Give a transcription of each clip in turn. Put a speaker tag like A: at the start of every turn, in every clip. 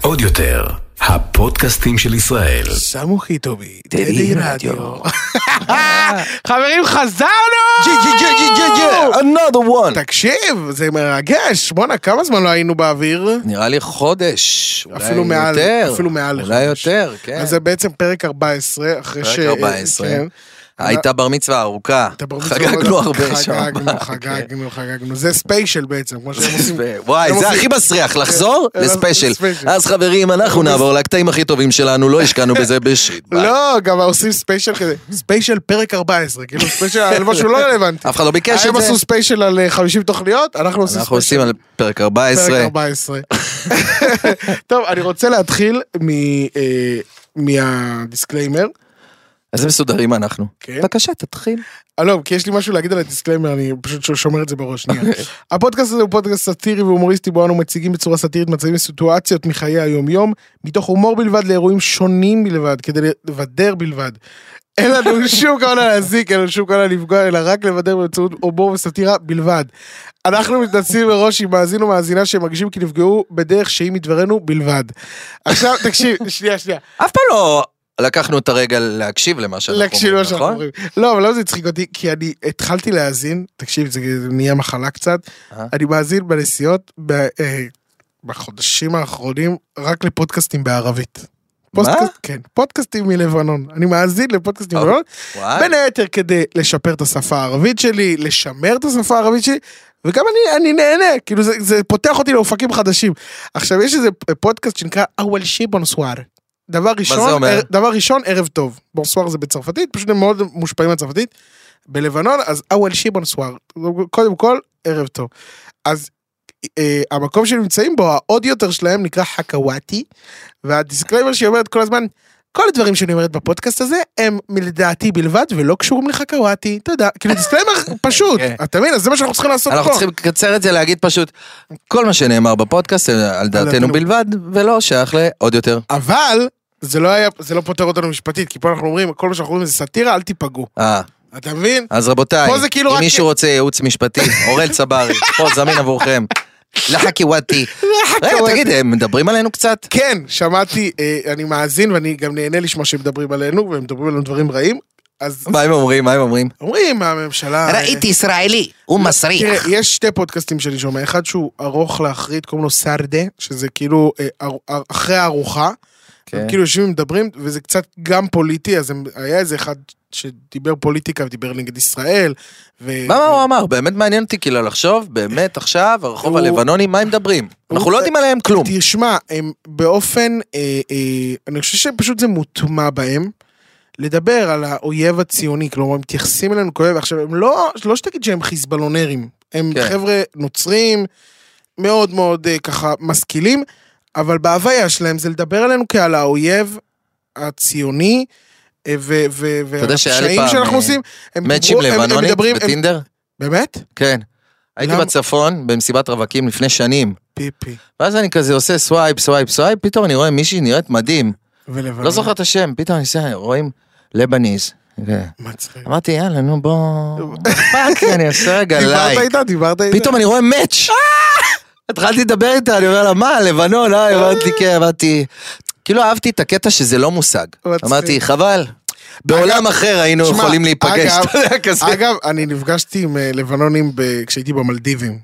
A: עוד יותר, הפודקאסטים של ישראל.
B: שמו חיטובי,
C: טדי
B: טדי
C: רדיו.
B: רדיו.
D: חברים,
B: ג'י
D: חזרנו!
B: ג'י ג'י ג'י ג'י ג'י,
C: another one.
B: תקשיב, זה מרגש. בואנה, כמה זמן לא היינו באוויר?
C: נראה לי חודש, אולי
B: אפילו מעל,
C: יותר.
B: אפילו מעל
C: אולי
B: לחודש.
C: יותר, כן.
B: אז זה בעצם פרק 14, אחרי
C: פרק
B: ש...
C: 14.
B: כן.
C: הייתה בר מצווה ארוכה.
B: אתה ברור מצוין.
C: חגגנו הרבה שם. כן.
B: חגגנו, חגגנו, חגגנו. זה ספיישל בעצם, כמו שהם עושים.
C: וואי,
B: הם
C: זה
B: עושים-
C: הכי מסריח, לחזור
B: אה,
C: לספיישל.
B: לספיישל.
C: אז חברים, אנחנו נעבור לקטעים הכי טובים שלנו, לא השקענו בזה בשיט. ביי.
B: לא, גם עושים ספיישל כזה. ספיישל פרק 14, כאילו ספיישל על משהו לא רלוונטי.
C: אף אחד לא ביקש
B: הם
C: את
B: עשו
C: זה.
B: ספיישל על אה, 50 תוכניות, אנחנו עושים
C: אנחנו
B: ספיישל
C: עושים על פרק
B: פרק
C: 14.
B: 14. טוב, אני רוצה להתחיל מ... אה, מהדיסקליימר.
C: איזה מסודרים אנחנו.
B: כן.
C: בבקשה, תתחיל.
B: אה, לא, כי יש לי משהו להגיד על הדיסקליימר, אני פשוט ש- שומר את זה בראש. שנייה. הפודקאסט הזה הוא פודקאסט סאטירי והומוריסטי, בו אנו מציגים בצורה סאטירית מצבים וסיטואציות מחיי היום-יום, מתוך הומור בלבד לאירועים שונים בלבד, כדי לבדר בלבד. אין לנו שום כוונה להזיק, אין לנו שום כוונה לפגוע, אלא רק לבדר באמצעות הומור וסאטירה בלבד. אנחנו מתנצלים מראש עם מאזין או מאזינה שמרגישים כי נפגעו בדרך שהיא מדברנו בלבד. עכשיו, תקשיב, שנייה, שנייה.
C: אף פעם לא לקחנו את הרגע להקשיב למה שאנחנו
B: להקשיב
C: אומרים,
B: למה שאנחנו
C: נכון?
B: אומרים. לא, אבל למה זה הצחיק אותי? כי אני התחלתי להאזין, תקשיב, זה זה נהיה מחלה קצת,
C: אה.
B: אני מאזין בנסיעות ב- אה, בחודשים האחרונים רק לפודקאסטים בערבית.
C: מה?
B: פודקאסט- כן, פודקאסטים מלבנון. אני מאזין לפודקאסטים
C: אוקיי.
B: מלבנון,
C: וואי.
B: בין היתר כדי לשפר את השפה הערבית שלי, לשמר את השפה הערבית שלי, וגם אני, אני נהנה, כאילו זה, זה פותח אותי לאופקים חדשים. עכשיו, יש איזה פודקאסט שנקרא אוול שי בונסואר. דבר
C: זה
B: ראשון,
C: אומר?
B: ער- דבר ראשון, ערב טוב. בונסואר זה בצרפתית, פשוט הם מאוד מושפעים מהצרפתית. בלבנון, אז אוול שי בונסואר. קודם כל, ערב טוב. אז אה, המקום שהם נמצאים בו, העוד יותר שלהם נקרא חכוואטי, והדיסקליימר שהיא אומרת כל הזמן, כל הדברים שאני אומרת בפודקאסט הזה הם מלדעתי בלבד ולא קשורים לחכוואטי, תודה. כאילו דיסקליימר פשוט,
C: כן.
B: אתה מבין? אז זה מה שאנחנו צריכים לעשות
C: אנחנו
B: פה.
C: צריכים לקצר את זה, להגיד פשוט, כל מה שנאמר בפודקאסט זה על דעתנו
B: דעתנו.
C: בלבד, ולא שייך לעוד יותר.
B: אבל זה לא היה, זה לא פותר אותנו משפטית, כי פה אנחנו אומרים, כל מה שאנחנו אומרים זה סאטירה, אל תיפגעו.
C: אה,
B: אתה מבין?
C: אז רבותיי,
B: פה זה כאילו
C: אם
B: רק-
C: מישהו רוצה ייעוץ משפטי, אורל צברי, פה זמין עבורכם. לחקיוואטי.
B: לא
C: רגע,
B: לחקיוואטי.
C: תגיד, הם מדברים עלינו קצת?
B: כן, שמעתי, אה, אני מאזין ואני גם נהנה לשמוע שהם מדברים עלינו, והם מדברים עלינו דברים רעים, אז
C: מה הם אומרים? מה הם אומרים?
B: אומרים הממשלה...
C: ישראלי, הוא
B: אה, לא, תראה,
C: מסריח.
B: יש שתי פודקאסטים שאני שומע, אחד שהוא ארוך להחריד, קוראים לו סרדה, שזה כאילו אה, אר- אר- אחרי הארוחה.
C: כן.
B: הם כאילו יושבים ומדברים, וזה קצת גם פוליטי, אז הם- היה איזה אחד שדיבר פוליטיקה ודיבר נגד ישראל. ו-
C: מה מה הוא אמר? באמת מעניין אותי כאילו לחשוב, באמת עכשיו, הרחוב
B: הוא-
C: הלבנוני, מה הם מדברים? אנחנו לא יודעים עליהם כלום.
B: תשמע, הם באופן, אה, אה, אני חושב שפשוט זה מוטמע בהם. לדבר על האויב הציוני, כלומר, הם מתייחסים אלינו כאויב. עכשיו, הם לא, לא שתגיד שהם חיזבאלונרים, הם
C: כן.
B: כן. חבר'ה נוצרים, מאוד מאוד אה, ככה משכילים, אבל בהוויה שלהם זה לדבר עלינו כעל האויב הציוני, אה, ו- ו-
C: יודע שהיה לי
B: והפשעים
C: פעם,
B: שאנחנו
C: אה,
B: עושים. הם
C: מאצ'ים
B: דיברו- הם- הם
C: לבנונית
B: מדברים- הם-
C: בטינדר?
B: באמת?
C: כן. הייתי
B: למה?
C: בצפון, במסיבת רווקים לפני שנים.
B: פיפי.
C: ואז אני כזה עושה סווייפ, סווייפ, סווייפ, פתאום אני רואה מישהי נראית מדהים.
B: ולבנון.
C: לא זוכר את השם, פתאום אני עושה, רואים לבניז. כן.
B: מצחיק.
C: אמרתי, יאללה, נו בוא... פאק, אני עושה רגע
B: דיברת
C: לייק.
B: איתה? אה! דיברת איתה?
C: פתאום אני רואה מאץ'. התחלתי לדבר איתה, אני אומר לה, מה, לבנון, אה, אמרתי, כן, אמרתי... כאילו אהבתי את הקטע שזה לא מושג.
B: מצחיק.
C: אמרתי, חבל. בעולם
B: אגב,
C: אחר היינו
B: תשמע,
C: לא יכולים להיפגש.
B: אגב,
C: אתה יודע, כזה.
B: אגב, אני נפגשתי עם אה, לבנונים ב- כשהייתי במלדיבים.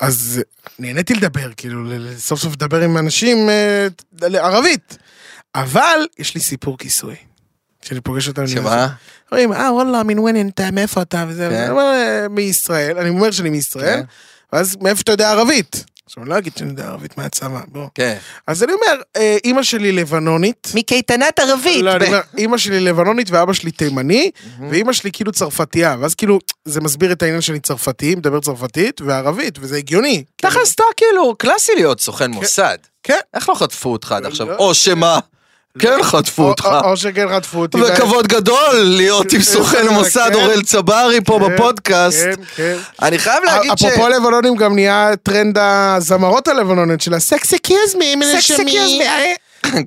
B: אז אה, נהניתי לדבר, כאילו, ל- ל- סוף סוף לדבר עם אנשים אה, ת- ל- ערבית. אבל יש לי סיפור כיסוי. כשאני פוגש אותם, אני
C: שמה?
B: אומר, אומרים, אה, וואלה, מן ווינן, אתה, מאיפה אתה? וזה,
C: כן.
B: אני אומר, "אה, מישראל, אני אומר שאני מישראל,
C: כן.
B: ואז מאיפה אתה יודע ערבית? עכשיו, אני לא אגיד שאני יודע ערבית מהצבא, בוא.
C: כן.
B: אז אני אומר, "אה, אימא שלי לבנונית,
C: מקייטנת ערבית.
B: לא, אני
C: ב-
B: אומר, אימא שלי לבנונית ואבא שלי תימני, ואימא שלי כאילו צרפתייה, ואז כאילו, זה מסביר את העניין שאני צרפתי, מדבר צרפתית וערבית, וזה הגיוני.
C: תכלס אתה כאילו קלאסי להיות סוכן מוסד.
B: כן.
C: איך לא חטפו אותך עד עכשיו?
B: לא.
C: או שמה, כן חטפו
B: או-
C: אותך.
B: או- או שכן חטפו אותי. ו-
C: וכבוד גדול להיות עם סוכן
B: כן,
C: מוסד
B: כן.
C: אוראל צברי פה
B: כן,
C: בפודקאסט.
B: כן, כן.
C: אני חייב להגיד ש...
B: אפרופו לבנונים גם נהיה טרנד הזמרות הלבנונית של הסקסי קיזמי, מנשמי.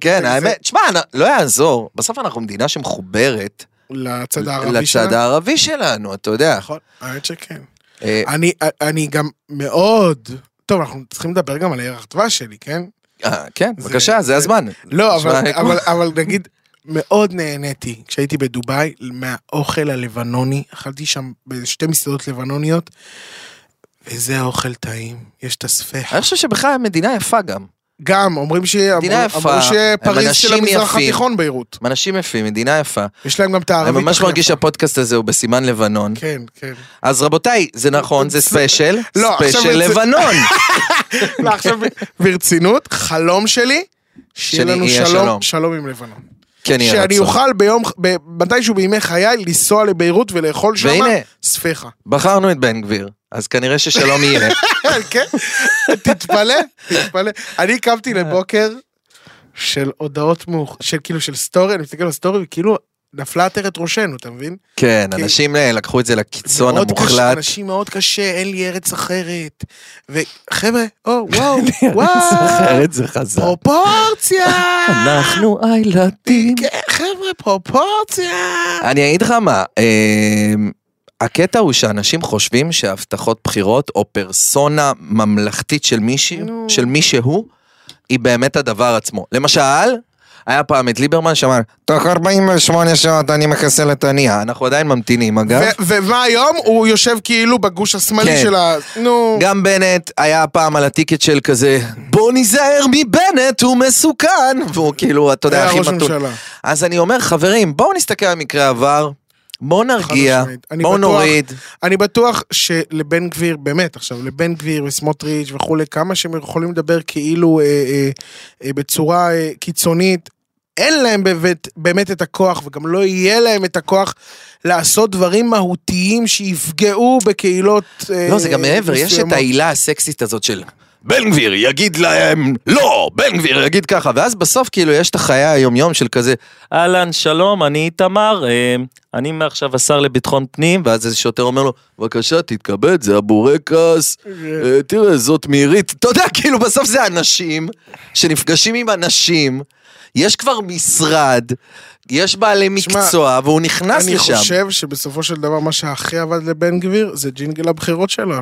C: כן,
B: זה-
C: האמת, תשמע, אני- לא יעזור, בסוף אנחנו מדינה שמחוברת
B: לצד הערבי
C: לצד
B: שלה.
C: הערבי שלנו, אתה יודע.
B: נכון, האמת שכן.
C: אה,
B: אני, אני גם מאוד טוב, אנחנו צריכים לדבר גם על הערך דבש שלי, כן?
C: אה, כן,
B: זה-
C: בבקשה, זה הזמן.
B: לא,
C: נשמע
B: אבל,
C: כמו-
B: אבל, אבל נגיד, מאוד נהניתי כשהייתי בדובאי מהאוכל הלבנוני, אכלתי שם בשתי מסעדות לבנוניות, וזה אוכל טעים, יש את הספח.
C: אני חושב שבכלל המדינה יפה גם.
B: גם, אומרים ש... אמרו-
C: מדינה יפה,
B: אמרו שפריז
C: הם
B: של
C: אנשים
B: המזרח
C: יפים.
B: התיכון ביירות.
C: הם אנשים יפים, מדינה יפה.
B: יש להם גם את
C: אני
B: הערבית.
C: ממש
B: הכי
C: מרגיש
B: יפה.
C: שהפודקאסט הזה הוא בסימן לבנון.
B: כן, כן.
C: אז רבותיי, זה נכון, זה ספיישל,
B: לא, עכשיו
C: ספיישל
B: את זה-
C: לבנון.
B: לא, עכשיו ברצינות, חלום שלי, שיהיה
C: שלי
B: לנו
C: יהיה
B: שלום,
C: שלום.
B: שלום עם לבנון.
C: כן, יהיה
B: שאני
C: רצון.
B: אוכל ביום, ב- מתישהו בימי חיי, לנסוע לביירות ולאכול שם
C: והנה.
B: ספיחה.
C: בחרנו את בן גביר, אז כנראה ששלום יהיה.
B: כן, תתפלא, תתפלא. אני קמתי לבוקר של הודעות מאוח... של כאילו של סטורי, אני מסתכל על הסטורי, וכאילו נפלה עטרת ראשנו, אתה מבין?
C: כן,
B: כי-
C: אנשים אה, לקחו את זה לקיצון
B: מאוד קשה,
C: המוחלט.
B: אנשים מאוד קשה, אין לי ארץ אחרת. וחבר'ה, או, וואו, וואו,
C: זה חזק.
B: פרופורציה!
C: אנחנו הילדים.
B: כן, חבר'ה, פרופורציה!
C: אני אגיד לך מה, אה, הקטע הוא שאנשים חושבים שהבטחות בחירות או פרסונה ממלכתית של מישהי,
B: נו.
C: של מישהו, היא באמת הדבר עצמו. למשל, היה פעם את ליברמן שאמר, תוך 48 שעות אני מחסל את הנייה. אנחנו עדיין ממתינים אגב.
B: ו- ומה היום? הוא יושב כאילו בגוש השמאלי
C: כן.
B: של ה... נו.
C: גם בנט היה פעם על הטיקט של כזה, בוא ניזהר מבנט, הוא מסוכן. והוא כאילו, אתה יודע,
B: היה
C: הכי
B: ראש
C: מתון.
B: ממשלה.
C: אז אני אומר, חברים, בואו נסתכל על מקרה העבר, בואו נרגיע,
B: משמעית. אני
C: בואו
B: בטוח-
C: נוריד.
B: אני בטוח שלבן גביר, באמת עכשיו, לבן גביר וסמוטריץ' וכולי, כמה שהם יכולים לדבר כאילו אה, אה, אה, בצורה אה, קיצונית, אין להם באמת, באמת את הכוח, וגם לא יהיה להם את הכוח לעשות דברים מהותיים שיפגעו בקהילות אה,
C: לא, זה גם מעבר, יש את
B: מסוימות.
C: העילה הסקסית הזאת של בן גביר יגיד להם לא, בן גביר יגיד ככה, ואז בסוף כאילו יש את החיי היומיום של כזה, אהלן, שלום, אני איתמר, אה, אני מעכשיו השר לביטחון פנים, ואז איזה שוטר אומר לו, בבקשה, תתכבד, זה הבורקס, אה, תראה, זאת מירית, אתה יודע, כאילו בסוף זה אנשים שנפגשים עם אנשים, יש כבר משרד, יש בעלי
B: שמע,
C: מקצוע, והוא נכנס
B: אני
C: לשם.
B: חושב שבסופו של דבר מה שהכי עבד לבן גביר זה ג'ינגל הבחירות שלו.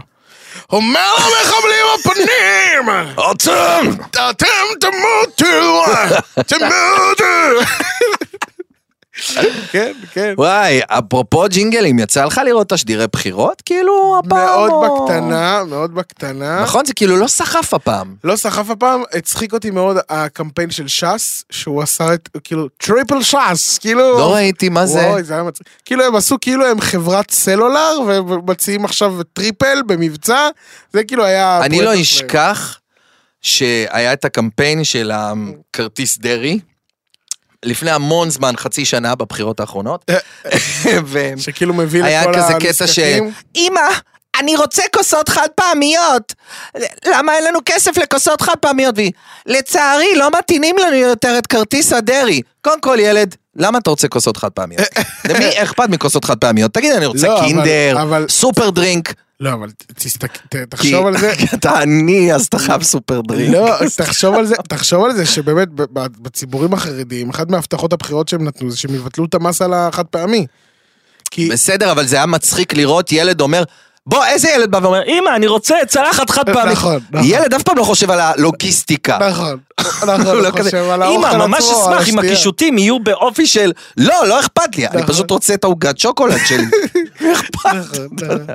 B: אומר למחבלים הפנים!
C: עוצר!
B: אתם תמותו! תמותו! כן, כן.
C: וואי, אפרופו ג'ינגלים, יצא לך לראות תשדירי בחירות? כאילו, הפעם...
B: מאוד
C: או-
B: בקטנה, מאוד בקטנה.
C: נכון, זה כאילו לא סחף הפעם.
B: לא סחף הפעם, הצחיק אותי מאוד הקמפיין של ש"ס, שהוא עשה את, כאילו, טריפל ש"ס, כאילו...
C: לא ראיתי מה זה.
B: וואי, זה היה מצחיק. כאילו הם עשו כאילו הם חברת סלולר, ומציעים עכשיו טריפל במבצע, זה כאילו היה...
C: אני לא
B: הפואנטה שלהם.
C: אשכח שהיה את הקמפיין של הכרטיס דרעי. לפני המון זמן, חצי שנה בבחירות האחרונות.
B: אה,
C: והם-
B: שכאילו מביא
C: היה
B: לכל
C: כזה קטע ש...
B: הנזקקים.
C: אמא, אני רוצה כוסות חד פעמיות. למה אין לנו כסף לכוסות חד פעמיות? והיא, לצערי, לא מתאינים לנו יותר את כרטיס הדרעי. קודם כל, ילד, למה אתה רוצה כוסות חד פעמיות? למי אכפת מכוסות חד פעמיות? תגיד, אני רוצה
B: לא, אבל-
C: קינדר,
B: אבל-
C: סופר דרינק.
B: לא, אבל ת- תסתכל, ת-
C: כי
B: תחשוב על זה.
C: אתה עני, אז אתה חייב סופר דרינק.
B: לא, תחשוב על זה, תחשוב על זה שבאמת ב- ב- בציבורים החרדיים, אחת מההבטחות הבחירות שהם נתנו זה שהם יבטלו את המס על החד פעמי. כי
C: בסדר, אבל זה היה מצחיק לראות ילד אומר... בוא, איזה ילד בא ואומר, אמא, אני רוצה צלחת חד פעמית.
B: נכון, נכון.
C: ילד אף פעם לא חושב על הלוגיסטיקה.
B: נכון, נכון,
C: הוא לא
B: אני חושב
C: כזה,
B: על האוכל
C: אמא, ממש
B: עצמו, על
C: אשמח אם
B: השתייה."
C: הקישוטים יהיו באופי של, לא, לא אכפת לי, אני
B: נכון.
C: פשוט רוצה את העוגת שוקולד שלי. אכפת.
B: נכון, נכון.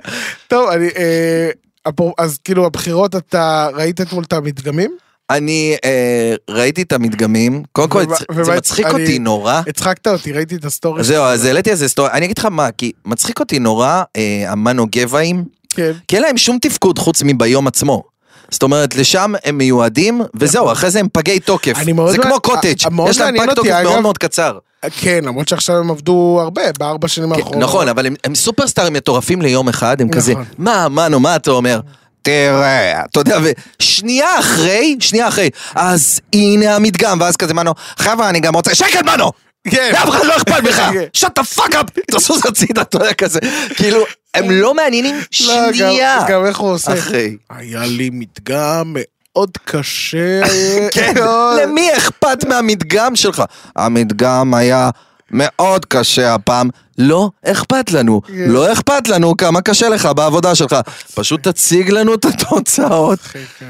B: טוב, אני, אה, אפור- אז כאילו הבחירות, אתה ראית אתמול את המדגמים?
C: אני אה, ראיתי את המדגמים, קודם כל
B: ומה-
C: זה
B: ומה-
C: מצחיק
B: אני-
C: אותי נורא.
B: הצחקת אותי, ראיתי את הסטורי.
C: זהו, אז העליתי איזה סטורי, אני אגיד לך מה, כי מצחיק אותי נורא אה, המנו גבעים,
B: כן.
C: כי אין להם שום תפקוד חוץ מביום עצמו. זאת אומרת, לשם הם מיועדים, וזהו, אחרי זה הם פגי תוקף.
B: נכון. אני מאוד
C: זה
B: מעניין-
C: כמו קוטג',
B: אה, מאוד
C: יש להם
B: מעניין
C: פג
B: אותי,
C: תוקף
B: אגב.
C: מאוד מאוד קצר.
B: כן, למרות שעכשיו הם עבדו הרבה, בארבע שנים
C: כן,
B: האחרונות.
C: נכון, אבל הם, הם סופרסטארים מטורפים ליום אחד, הם
B: נכון.
C: כזה, מה, מנו, מה אתה אומר? תראה, אתה יודע, ושנייה אחרי, שנייה אחרי, אז הנה המדגם, ואז כזה מנו, חבר'ה, אני גם רוצה, שקט מנו!
B: כן.
C: לאף אחד לא אכפת ממך!
B: כן.
C: שאט דה פאק אפ! תזוז הצידה, אתה יודע, כזה, כאילו, הם לא מעניינים
B: לא, גם-
C: שנייה
B: גם איך הוא עושה.
C: אחרי.
B: היה לי מדגם מאוד קשה.
C: כן,
B: מאוד.
C: למי אכפת מהמדגם שלך? המדגם היה מאוד קשה הפעם, לא אכפת לנו.
B: כן.
C: לא אכפת לנו כמה קשה לך בעבודה שלך. פשוט תציג לנו את התוצאות.
B: כן.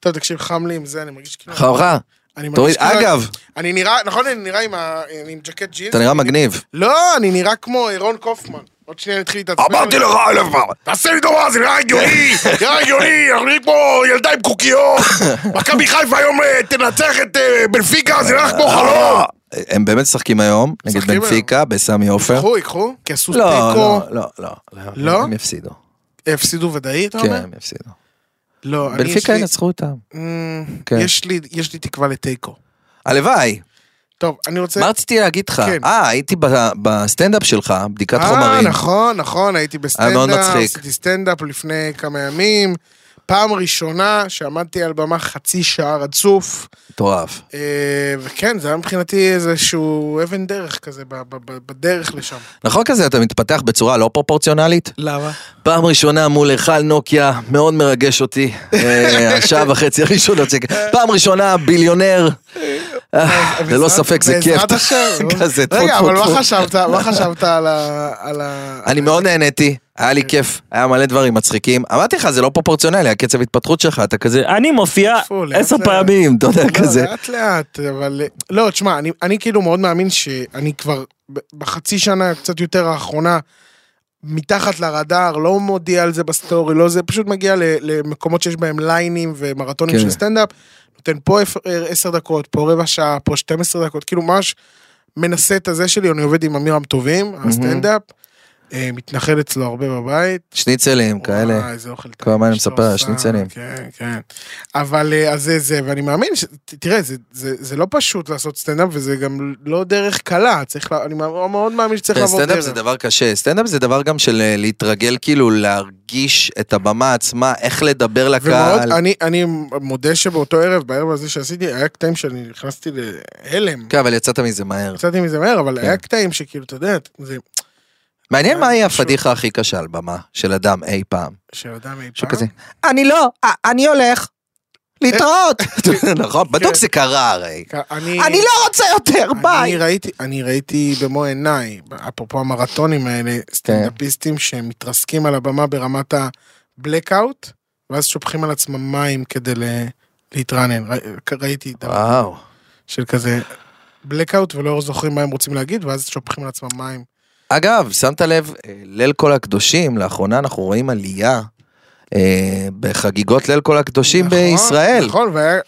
B: טוב, תקשיב, חם לי עם זה, אני מרגיש כאילו...
C: חרחה.
B: אני
C: תוריד,
B: מרגיש כאילו-
C: אגב,
B: אני נראה, נכון, אני נראה עם ה- אני עם ג'קט ג'ינס?
C: אתה נראה מגניב.
B: לא, אני נראה כמו רון קופמן. עוד שנייה נתחיל להתעצבן.
C: אמרתי לך אלף פעם.
B: תעשה לי טובה, זה נראה הגיוני, נראה הגיוני, אנחנו נראים כמו ילדה עם קוקיות. מכבי חיפה היום אה, תנצח את אה, בנפיקה, זה נראה לך כמו
C: אה,
B: חלום.
C: הם באמת משחקים היום, נגד
B: משחקים
C: בנפיקה, בסמי עופר.
B: קחו, ייקחו, כי עשו
C: לא, לא,
B: תיקו,
C: לא, לא.
B: לא?
C: הם יפסידו.
B: הפסידו ודאי, אתה
C: כן,
B: אומר?
C: הם יפסידו.
B: לא, אני יש
C: בנפיקה
B: לי...
C: ינצחו אותם.
B: אמ,
C: כן.
B: יש לי- יש לי תקווה לתיקו.
C: הלוואי.
B: טוב, אני רוצה...
C: מה רציתי להגיד לך?
B: כן.
C: אה, הייתי ב- בסטנדאפ שלך, בדיקת חומרים.
B: אה, נכון, נכון, הייתי
C: היה מאוד
B: בסטנדאפ,
C: מצחיק.
B: עשיתי סטנדאפ לפני כמה ימים. פעם ראשונה שעמדתי על במה חצי שעה רצוף,
C: מטורף.
B: אה, וכן, זה היה מבחינתי איזשהו אבן דרך כזה, ב- ב- ב- בדרך לשם.
C: נכון כזה, אתה מתפתח בצורה לא פרופורציונלית?
B: למה?
C: פעם ראשונה מול היכל נוקיה, מאוד מרגש אותי. אה, השעה וחצי הראשונות שכן. פעם ראשונה ביליונר. אה, ללא ספק זה כיף.
B: בעזרת השם.
C: כזה, טפו
B: רגע,
C: טפו
B: אבל לא מה
C: טפו.
B: חשבת, מה חשבת על ה... על ה-
C: אני מאוד נהניתי, היה
B: אה.
C: לי כיף, היה מלא דברים מצחיקים. אמרתי לך, זה לא פרופורציונלי, הקצב התפתחות שלך, אתה כזה, אני מופיע
B: טפו, לאט
C: עשר
B: לאט.
C: פעמים, אתה יודע, כזה.
B: לא, לאט לאט, אבל... לא, תשמע, אני, אני כאילו מאוד מאמין שאני כבר ב- בחצי שנה, קצת יותר האחרונה, מתחת לרדאר, לא מודיע על זה בסטורי, לא זה, פשוט מגיע ל- למקומות שיש בהם ליינים ומרתונים
C: כן.
B: כן. של סטנדאפ, נותן פה אפ- עשר דקות, פה רבע שעה, פה 12 דקות, כאילו ממש מנסה את הזה שלי, אני עובד עם עמירם טובים, הסטנדאפ, אה, מתנחל אצלו הרבה בבית.
C: שניצלים
B: וואי,
C: כאלה.
B: איזה אוכל
C: כל הזמן אני
B: אשתו
C: מספר,
B: עושה,
C: שניצלים.
B: כן, כן. אבל אה, אז זה זה, ואני מאמין, ש- ת- תראה, זה- זה זה לא פשוט לעשות סטנדאפ, וזה גם לא דרך קלה, צריך, לה- אני מא- מאוד מאמין שצריך
C: כן,
B: לעבור
C: סטנדאפ
B: דרך.
C: זה דבר קשה, סטנדאפ זה דבר גם של אה, להתרגל כאילו להרגיש את הבמה עצמה, איך לדבר
B: ומאוד,
C: לקהל.
B: אני- אני מודה שבאותו ערב, בערב הזה שעשיתי, היה קטעים שאני נכנסתי להלם.
C: כן, אבל יצאת מזה מהר.
B: יצאתי מזה מהר, אבל היה קטעים שכאילו, אתה יודע, זה
C: מעניין
B: כן,
C: מהי
B: פשוט.
C: הפדיחה הכי קשה על במה של אדם אי פעם.
B: שאדם אי פעם.
C: שכזה, אני לא, אה, אני הולך. להתראות. נכון, בדוק זה קרה הרי.
B: כ- כן. אני...
C: אני לא רוצה יותר, ביי.
B: אני ראיתי, אני ראיתי במו עיניי, אפרופו המרתונים האלה, סטנדאפיסטים שמתרסקים על הבמה ברמת ה-blackout, ואז שופכים על עצמם מים כדי ל- להתרענן. ר- ראיתי את ה...
C: וואו.
B: של כזה blackout ולא זוכרים מה הם רוצים להגיד, ואז שופכים על עצמם מים.
C: אגב, שמת לב, אה, ליל כל הקדושים, לאחרונה אנחנו רואים עלייה אה, בחגיגות ליל כל הקדושים
B: נכון,
C: בישראל.
B: נכון, והיה...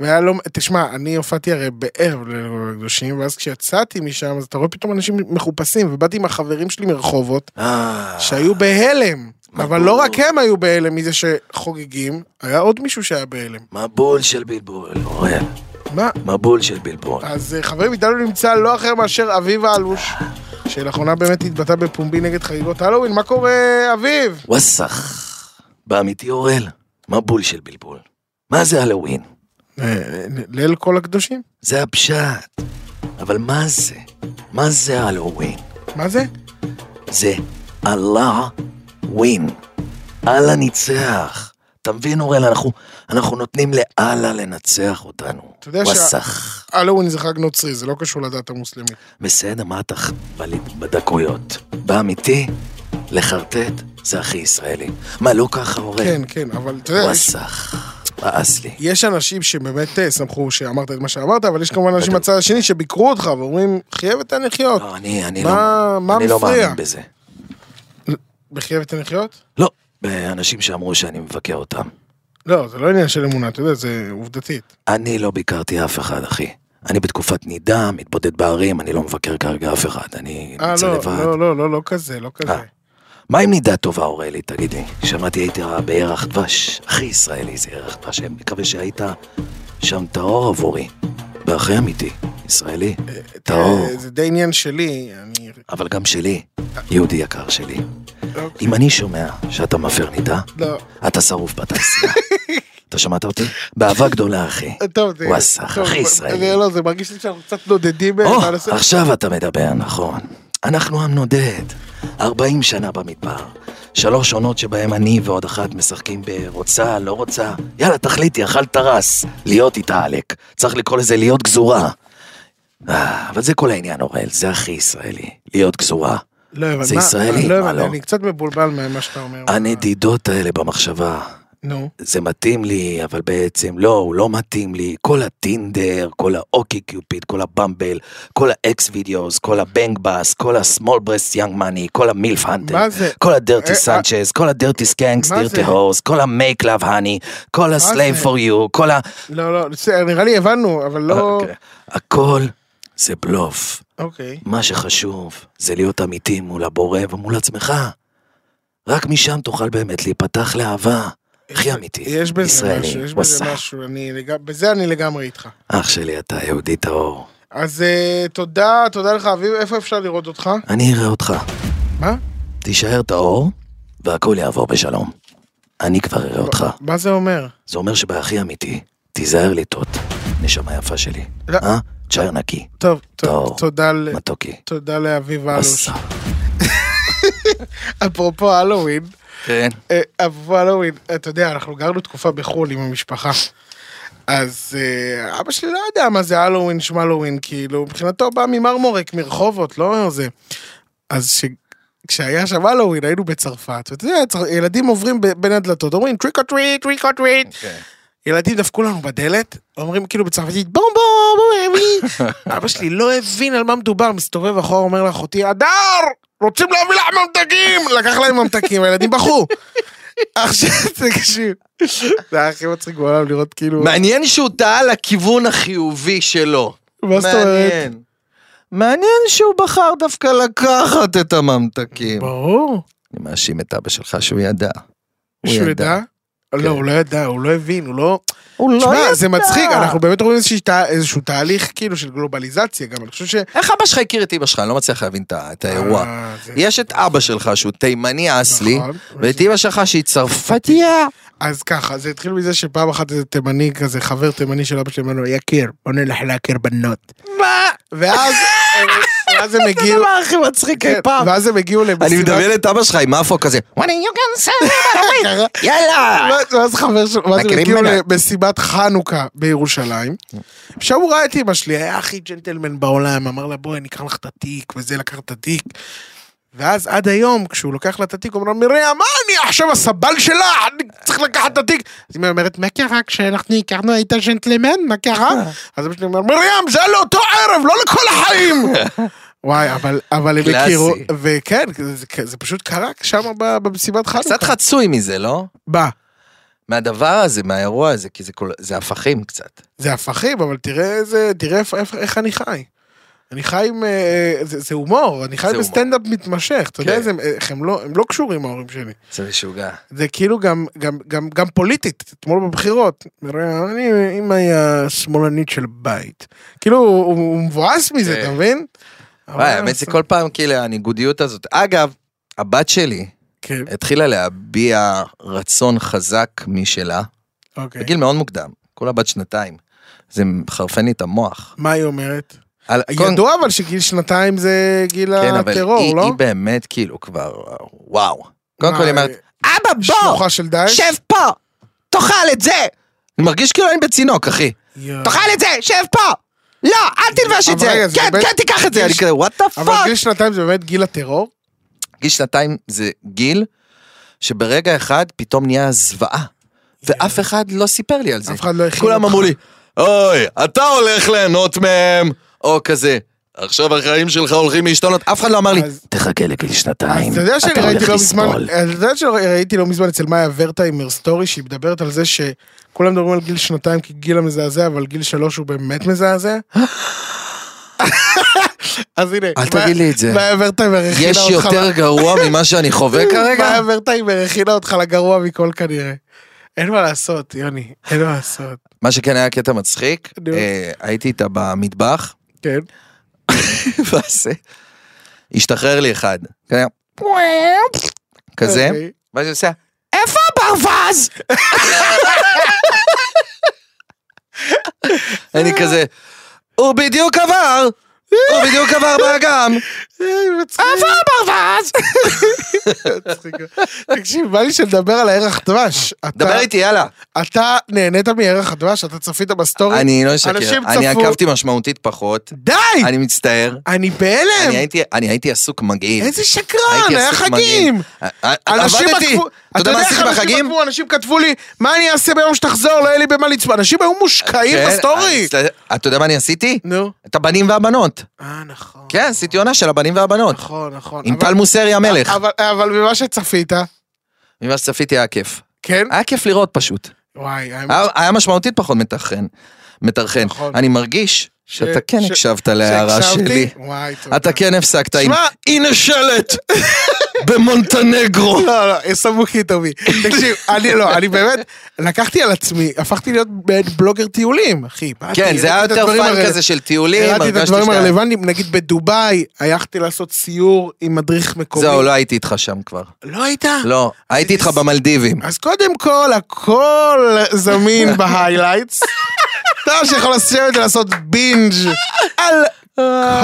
B: והיה לא, תשמע, אני הופעתי הרי בערב ללילות הקדושים, ואז כשיצאתי משם, אז אתה רואה פתאום אנשים מחופשים, ובאתי עם החברים שלי מרחובות,
C: אה,
B: שהיו בהלם. אבל
C: ברור.
B: לא רק הם היו בהלם מזה שחוגגים, היה עוד מישהו שהיה בהלם.
C: מבול של בלבול, אוראל.
B: מה?
C: מבול של בלבול.
B: אז אה, חברים, איתנו נמצא לא אחר מאשר אביב האלוש, שלאחרונה באמת התבטא בפומבי נגד חגיגות הלואוין. מה קורה, אביב?
C: ווסח. באמיתי אוראל, מבול של בלבול. מה זה הלואוין?
B: אה, אה, ליל כל הקדושים?
C: זה הפשט. אבל מה זה? מה זה הלואוין?
B: מה זה?
C: זה אללה ווין. אללה ניצח. אתה מבין, אוראל, אנחנו, אנחנו נותנים לאללה לנצח אותנו.
B: אתה יודע שה-
C: ווסח.
B: הלואוין זה חג נוצרי, זה לא קשור לדת המוסלמית.
C: בסדר, מה אתה ח- בליד- בדקויות? באמיתי, לחרטט זה הכי ישראלי. מה, לא ככה, אוראל?
B: כן, כן, אבל אתה יודע, יש-
C: ווסח. מאס לי.
B: יש אנשים שבאמת אה, שמחו שאמרת את מה שאמרת, אבל יש כמובן אנשים מהצד השני שביקרו אותך ואומרים, חייב את הנחיות.
C: לא, אני, אני לא,
B: מה מה
C: אני לא
B: מפריע?
C: מאמין בזה.
B: בחייב את הנחיות?
C: לא, באנשים שאמרו שאני מבקר אותם.
B: לא, זה לא עניין של אמונה, אתה יודע, זה עובדתית.
C: אני לא ביקרתי אף אחד, אחי. אני בתקופת נידה, מתבודד בערים, אני לא מבקר כרגע אף אחד, אני
B: אה,
C: נמצא
B: לא,
C: לבד.
B: לא, לא, לא, לא כזה, לא כזה.
C: אה. מה עם נידה טובה, אורלי, תגיד לי? שמעתי הייתי בירח דבש, הכי ישראלי זה ירח דבש, אני מקווה שהיית שם טהור עבורי, והכי אמיתי, ישראלי, טהור,
B: אה, זה די עניין שלי, אני...
C: אבל גם שלי, יהודי יקר שלי.
B: לא,
C: אם אני שומע שאתה מפר נידה,
B: לא.
C: אתה שרוף בתעשייה. אתה שמעת אותי? באהבה גדולה, אחי.
B: אה, טוב, זה...
C: וואסה,
B: טוב,
C: הכי
B: זה-
C: ישראלי.
B: לא, זה מרגיש לי שאנחנו קצת נודדים. אה,
C: או,
B: מה לעשות?
C: עכשיו אתה מדבר, נכון. אנחנו עם נודד. 40 שנה במדבר. שלוש עונות שבהם אני ועוד אחת משחקים ברוצה, לא רוצה. יאללה, תחליטי, אכל טרס. להיות איתה עלק. צריך לקרוא לזה להיות גזורה.
E: אה, אבל זה כל העניין, אוראל, זה הכי ישראלי, להיות גזורה.
B: לא הבנתי.
E: זה ישראלי,
B: לא
E: מה
B: הבנתי,
E: לא?
B: אני קצת מבולבל ממה שאתה אומר.
E: הנדידות האלה במחשבה,
B: נו.
E: זה מתאים לי, אבל בעצם לא, הוא לא מתאים לי. כל הטינדר, כל האוקי קיופיד, כל הבמבל, כל האקס וידאוס, כל הבנג בס, כל הסמול ברסט יאנג מאני, כל המילף האנטר,
B: מה זה?
E: כל הדרטי
B: אה,
E: סנצ'ז, כל הדרטי סקנקס,
B: מה
E: דרטי
B: זה?
E: הורס, כל המייק לאב האני, כל
B: זה?
E: הסלייב פור יו, כל ה...
B: לא, לא, בסדר, נראה לי הבנו, אבל לא...
E: אוקיי. הכל זה בלוף.
B: אוקיי.
E: מה שחשוב זה להיות אמיתי מול הבורא ומול עצמך. רק משם תוכל באמת להיפתח לאהבה. הכי אמיתי,
B: יש בזה
E: ישראלי,
B: משהו, יש בזה
E: וואסה.
B: משהו, אני לג- בזה אני לגמרי איתך.
E: אח שלי אתה יהודי טהור.
B: אז אה, תודה, תודה לך אביב, איפה אפשר לראות אותך?
E: אני אראה אותך.
B: מה?
E: תישאר טהור, והכל יעבור בשלום. אני כבר אראה אותך.
B: מה זה אומר?
E: זה אומר שבהכי אמיתי, תיזהר לטעות. נשמה יפה שלי.
B: לא.
E: אה? תשאר נקי,
B: טוב, טוב,
E: טוב.
B: תודה ל-
E: מתוקי.
B: תודה לאביב אלוש.
E: וואסה.
B: אפרופו הלואוין,
E: כן.
B: אה, אפרופו הלואוין, אתה יודע, אנחנו גרנו תקופה בחו"ל עם המשפחה. אז אה, אבא שלי לא יודע מה זה הלואוין שמלואוין, כאילו, מבחינתו בא ממרמורק, מרחובות, לא זה. אז ש... כשהיה שם הלואוין היינו בצרפת, ואתה יודע, צר- ילדים עוברים ב- בין הדלתות, אומרים טריק או טריט, טריק או טריט. ילדים דפקו לנו בדלת, אומרים כאילו בצרפתית בום בום בום אמי. אבא שלי לא הבין על מה מדובר, מסתובב אחורה, אומר לאחותי, אדר! רוצים להביא לך ממתקים! לקח להם ממתקים, הילדים בכו. עכשיו תקשיב, זה היה הכי מצחיק בעולם לראות כאילו,
C: מעניין שהוא טעה לכיוון החיובי שלו.
B: מה זאת אומרת?
C: מעניין. מעניין שהוא בחר דווקא לקחת את הממתקים.
B: ברור.
C: אני מאשים את אבא שלך שהוא ידע. הוא
B: שהוא
C: ידע.
B: ידע?
C: כן.
B: לא, הוא לא ידע, הוא לא הבין, הוא לא...
C: הוא לא
B: תשמע,
C: ידע.
B: זה מצחיק, אנחנו באמת רואים איזושהי תה- איזשהו תהליך כאילו של גלובליזציה גם, אני חושב ש...
C: איך אבא שלך הכיר את אמא שלך? אני לא מצליח להבין את ה- את האירוע.
B: אה, זה-
C: יש את אבא שלך שהוא תימני אסלי,
B: נכון.
C: ואת אמא שלך שהיא צרפתייה.
B: אז ככה, זה התחיל מזה שפעם אחת איזה תימני כזה, חבר תימני של אבא שלי, אמר לו, יקיר, בוא נלך להכיר בנות.
C: מה?
B: ואז הם- ואז הם
C: זה
B: הגיעו,
C: הדבר הכי מצחיק אי
B: כן,
C: פעם.
B: ואז הם הגיעו למסיבת...
C: אני מדמיין את אבא שלך עם אפו כזה. וואלה, you can say it,
B: ככה.
C: יאללה.
B: ואז- ואז חבר שלו, ואז הם
C: מכירים
B: הגיעו
C: בנות.
B: למסיבת חנוכה בירושלים. שם הוא ראה את אמא שלי, היה הכי ג'נטלמן בעולם, אמר לה, בואי, אני אקח לך את התיק, וזה לקח את התיק. ואז עד היום, כשהוא לוקח לה את התיק, הוא אומר, מריה, מה אני עכשיו הסבל שלה? אני צריך לקחת את התיק. אז היא אומרת, מה קרה כשאנחנו הכרנו היית ג'נטלמן? מה קרה? אז אבא שלי אומר, מרים, זה היה לאותו ערב, לא לכל החיים! וואי, אבל, אבל הם
C: קלאסי.
B: הכירו, וכן, זה, זה פשוט קרה שם ב- במסיבת חנוכה.
C: קצת חצוי מזה, לא?
B: בא.
C: מהדבר הזה, מהאירוע הזה, כי זה כל- זה הפכים קצת.
B: זה הפכים, אבל תראה איזה, תראה איפה- איפה- איך אני חי. אני חי עם, אה, זה זה הומור, אני חי
C: זה
B: בסטנדאפ מתמשך, אתה יודע,
C: כן.
B: איזה- איך הם לא, הם לא קשורים ההורים שלי.
C: זה משוגע.
B: זה כאילו גם, גם, גם, גם פוליטית, אתמול בבחירות, נראה, אני, אמא היא השמאלנית של בית. כאילו, הוא, הוא מבואס מזה,
C: כן.
B: אתה מבין?
C: וואי, האמת זה כל פעם כאילו הניגודיות הזאת. אגב, הבת שלי
B: כן,
C: התחילה להביע רצון חזק משלה,
B: אוקיי.
C: בגיל מאוד מוקדם, כולה בת שנתיים. זה מחרפן לי את המוח.
B: מה היא אומרת?
C: על- קודם-
B: ידוע אבל שגיל שנתיים זה גיל
C: כן, אבל
B: הטרור,
C: היא-
B: לא?
C: היא באמת כאילו כבר, וואו. קודם
B: מה, אה,
C: כל היא אומרת, אבא בוא,
B: שלוחה של דאעש?
C: שב פה, תאכל את זה. אני מרגיש כאילו אני בצינוק, אחי.
B: יואו.
C: תאכל את זה, שב פה. לא, אל תלבש את
B: אה. אבל רגע,
C: זה.
B: זה
C: כן,
B: באמת-
C: כן, תיקח את זה. אני כזה, וואט דה
B: אבל
C: פאק.
B: גיל שנתיים זה באמת גיל הטרור?
C: גיל שנתיים זה גיל שברגע אחד פתאום נהיה זוועה. ואף אחד לא סיפר לי על זה.
B: אף אחד לא הכין
C: כולם
B: אותך.
C: אמרו לי, אוי, אתה הולך ליהנות מהם, או כזה. עכשיו החיים שלך הולכים להשתנות, אף אחד לא אמר לי,
B: אז-
E: תחכה לגיל שנתיים,
B: אז אתה יודע
E: אתה
B: שאני ראיתי
E: הולך
B: לא מזמן,
E: לסבול.
B: אתה יודע שראיתי לא מזמן אצל מאיה ורטהיימר סטורי שהיא מדברת על זה שכולם מדברים על גיל שנתיים כגיל המזעזע אבל גיל שלוש הוא באמת מזעזע. אז הנה,
C: אל תגיד לי את זה.
B: מאיה ורטהיימר הכינה
C: יש
B: אותך,
C: יותר גרוע ממה שאני חווה כרגע?
B: מאיה ורטהיימר הכינה אותך לגרוע מכל כנראה. אין מה לעשות יוני, אין מה לעשות.
C: מה שכן היה קטע מצחיק,
B: נו.
C: אה, הייתי איתה במטבח,
B: כן.
C: ואז אה, השתחרר לי אחד. כזה, כזה,
B: אוקיי.
C: ואז היא עושה, איפה הברווז? אני כזה, הוא בדיוק עבר הוא בדיוק עבר באגם.
B: אה, מצחיק.
C: ברווז!
B: מצחיק. תקשיב, בא לי שנדבר על הערך דבש. אתה-
C: דבר איתי, יאללה.
B: אתה נהנית מערך הדבש? אתה צפית בסטורי?
C: אני לא אשקר.
B: אנשים
C: אני
B: צפו-
C: עקבתי משמעותית פחות.
B: די!
C: אני מצטער.
B: אני
C: אני
B: בהלם!
C: הייתי- אני הייי עסוק מגעיל.
B: איזה שקרן,
C: הייתי
B: היה
C: עסוק
B: חגים!
C: מגעיל. אה, א- א-
B: אנשים
C: עבדתי.
B: עקבו,
C: אתה יודע מה
B: איך
C: עשיתי
B: אנשים
C: בחגים?
B: עקבו? אנשים כתבו לי, מה אני אעשה ביום שתחזור, לא יהיה לי במה לצפות. אנשים היו מושקעים
C: כן,
B: בסטורי.
C: אני- אתה יודע מה אני עשיתי?
B: נו.
C: את הבנים והבנות.
B: אה, נכון.
C: כן, עשיתי עונה של הבנים והבנות.
B: נכון, נכון.
C: עם
B: אבל-
C: טל מוסרי המלך.
B: אבל- אבל ממה שצפית,
C: ממה שצפיתי היה כיף.
B: כן?
C: היה כיף לראות פשוט.
B: וואי, האמת
C: היה היה משמעותית פחות מטרחן. מטרחן.
B: נכון.
C: אני מרגיש שאתה כן
B: ש-
C: הקשבת להערה
B: שהקשבתי-
C: שלי.
B: וואי, טוב.
C: אתה כן הפסקת עם...
B: שמע,
C: הנה שלט! במונטנגרו!
B: לא, לא, סמוכי טובי. תקשיב, אני לא, אני באמת, לקחתי על עצמי, הפכתי להיות מעין בלוגר טיולים, אחי. באתי,
C: כן,
B: הראיתי
C: זה היה
B: את
C: יותר
B: הדברים
C: פאן
B: הרל-
C: כזה של טיולים,
B: הראיתי את
C: הרגשתי
B: הדברים
C: שאתה-
B: הרלוונטיים, נגיד בדובאי, הלכתי לעשות סיור עם מדריך מקומי.
C: זהו, לא הייתי איתך שם כבר.
B: לא היית?
C: לא, הייתי איתך במלדיבים.
B: אז קודם כל, הכל זמין בהיילייטס. אתה שיכול לשבת ולעשות בינג' על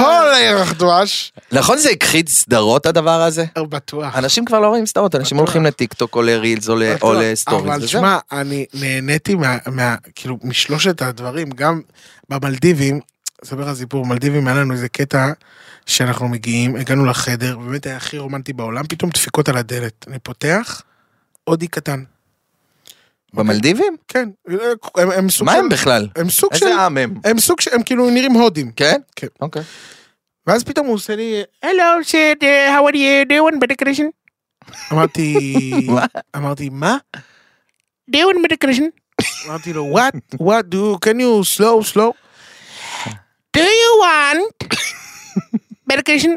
B: כל הערך דבש.
C: נכון זה הכחיד סדרות הדבר הזה?
B: בטוח.
C: אנשים כבר לא רואים סדרות, אנשים הולכים לטיקטוק או לרילס או ל-
B: בטוח.
C: אה, או לסטוריז.
B: אבל
C: וזהו.
B: שמע, אני נהניתי מה, מה, כאילו, משלושת הדברים, גם במלדיבים, אספר לך סיפור, במלדיבים היה לנו איזה קטע שאנחנו מגיעים, הגענו לחדר, באמת היה הכי רומנטי בעולם, פתאום דפיקות על הדלת. אני פותח, הודי קטן.
C: במלדיבים?
B: כן, הם, הם סוג
C: מה
B: של...
C: הם בכלל?
B: הם סוג של...
C: איזה עם הם?
B: הם סוג של... הם כאילו נראים הודים.
C: כן?
B: כן.
C: אוקיי.
B: ואז פתאום הוא עושה לי, Hello, shit, uh, how are you doing medication? אמרתי,
C: מה?
B: אמרתי, מה? doing medication? אמרתי לו, what? what do, can you slow, slow? do you want medication?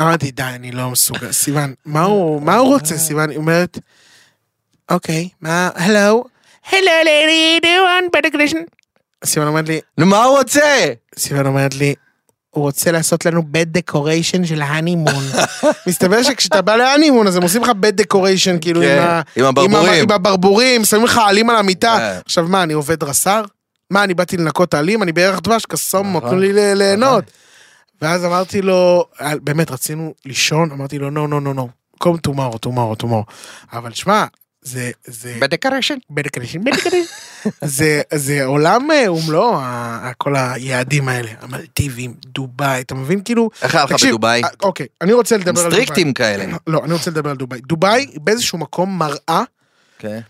B: אמרתי, די, אני לא מסוגל. סיוון, מה הוא, מה הוא רוצה, סיוון? היא אומרת, אוקיי, מה, hello? hello, lady, do you want medication? סיוון אומרת לי,
C: נו, מה הוא רוצה?
B: סיוון אומרת לי, הוא רוצה לעשות לנו בד דקוריישן של הנימון. מסתבר שכשאתה בא להנימון אז הם עושים לך בד דקוריישן, כאילו
C: כן,
B: עם ה-
C: עם הברבורים.
B: עם הברבורים, שמים לך עלים על המיטה.
C: כן.
B: עכשיו מה, אני עובד רס"ר? מה, אני באתי לנקות עלים? אני בערך דבש, קסומו,
C: נכון,
B: תנו לי ל- ליהנות.
C: נכון.
B: ואז אמרתי לו, "אל- באמת, רצינו לישון? אמרתי לו, no, no, no, no, come tomorrow, tomorrow, tomorrow. אבל שמע, זה, זה...
C: בדקרשן.
B: בדקדשים, בדקדשים. זה, זה עולם אה, ומלואו, ה- ה- כל היעדים האלה. המלטיבים, דובאי, אתה מבין? כאילו...
C: איך היה לך
B: תקשיב,
C: בדובאי?
B: אה, אוקיי, אני רוצה לדבר על דובאי.
C: סטריקטים כאלה.
B: לא, אני רוצה לדבר על דובאי. דובאי היא באיזשהו מקום מראה,
C: כן.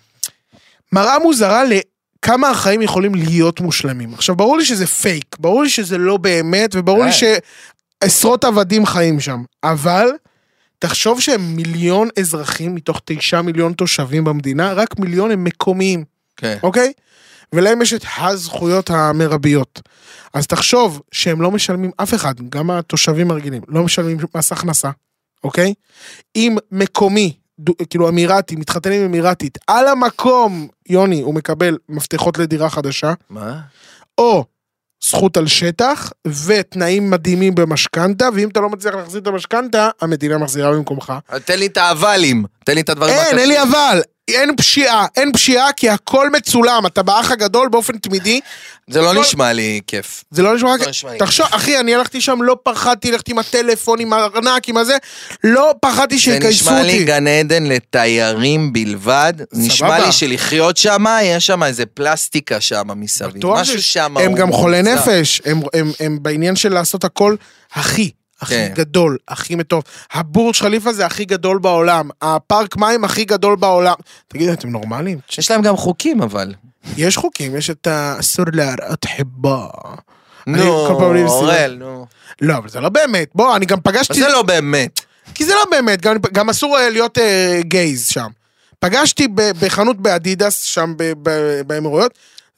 B: מראה מוזרה לכמה החיים יכולים להיות מושלמים. עכשיו, ברור לי שזה פייק, ברור לי שזה לא באמת, וברור לי
C: כן.
B: שעשרות עבדים חיים שם, אבל... תחשוב שהם מיליון אזרחים מתוך תשעה מיליון תושבים במדינה, רק מיליון הם מקומיים.
C: כן.
B: אוקיי? ולהם יש את הזכויות המרביות. אז תחשוב שהם לא משלמים אף אחד, גם התושבים הרגילים, לא משלמים מס הכנסה, אוקיי? אם מקומי, דו, כאילו אמירתי, מתחתן עם אמירתית, על המקום, יוני, הוא מקבל מפתחות לדירה חדשה,
C: מה?
B: או זכות על שטח ותנאים מדהימים במשכנתה, ואם אתה לא מצליח להחזיר את המשכנתה, המדינה מחזירה במקומך.
C: אה, תן לי את האבלים. תן לי את הדברים
B: אין,
C: הקשים.
B: אין אה, לי אבל. אין פשיעה, אין פשיעה כי הכל מצולם, אתה באח הגדול באופן תמידי,
C: זה לא
B: כל-
C: נשמע לי כיף.
B: זה לא נשמע ככה.
C: נשמע לי.
B: תחשוב, אחי, אני הלכתי שם, לא פחדתי, הלכתי עם הטלפון, עם הארנק, עם הזה, לא פחדתי
C: זה
B: שיגייסו
C: נשמע לי
B: אותי.
C: גן עדן לתיירים בלבד. נשמע לי שלחיות שם, יש שם איזה פלסטיקה שם מסביב.
B: בטוח
C: משהו
B: שיש-
C: שם.
B: הם
C: הוא
B: גם חולי
C: מוצא.
B: נפש, הם- הם- הם בעניין של לעשות הכל הכי. הכי
C: כן.
B: גדול, הכי מטוב. הבורג' חליפה זה הכי גדול בעולם. הפארק מים הכי גדול בעולם. תגידו, אתם נורמלים?
C: יש להם גם חוקים אבל.
B: יש חוקים, יש את האסור להראות חיבה. אני כל
C: נו,
B: פעם אני מסיבה.
C: אורל, נו.
B: לא, אבל זה לא באמת. בוא, אני גם
C: אבל
B: פגשתי...
C: זה לא באמת.
B: כי זה לא באמת, גם, גם אסור אה, להיות אה, גייז שם. פגשתי ב, בחנות באדידס, שם ב, ב, באמירויות,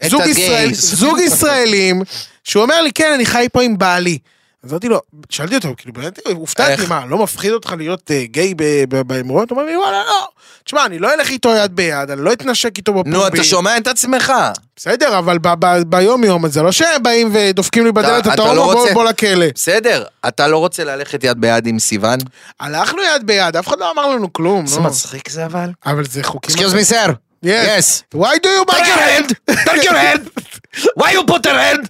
C: את
B: זוג,
C: הגייז.
B: ישראל, זוג ישראלים, שהוא אומר לי, כן, אני חי פה עם בעלי. אז אמרתי לו, שאלתי אותו, כאילו, באמת, הופתעתי,
C: איך?
B: מה, לא מפחיד אותך להיות אה, גיי ב- ב- באמירויות? הוא אומר לי, וואלה, לא. תשמע, אני לא אלך איתו יד ביד, אני לא אתנשק איתו בפומבי.
C: נו, אתה שומע את עצמך.
B: בסדר, אבל ב- ב- ביום יום הזה, לא שהם באים ודופקים לי בדלת,
C: אתה
B: אתה
C: לא
B: הומו, בוא-
C: רוצה-
B: בוא לכלא.
C: בסדר, אתה לא רוצה ללכת יד ביד עם סיוון?
B: הלכנו יד ביד, אף אחד לא אמר לנו כלום,
C: זה
B: נו.
C: מצחיק זה אבל.
B: אבל זה חוקים...
C: me, sir.
B: Yes. Why do you
C: Take your hand. Take your hand. Why you put your hand?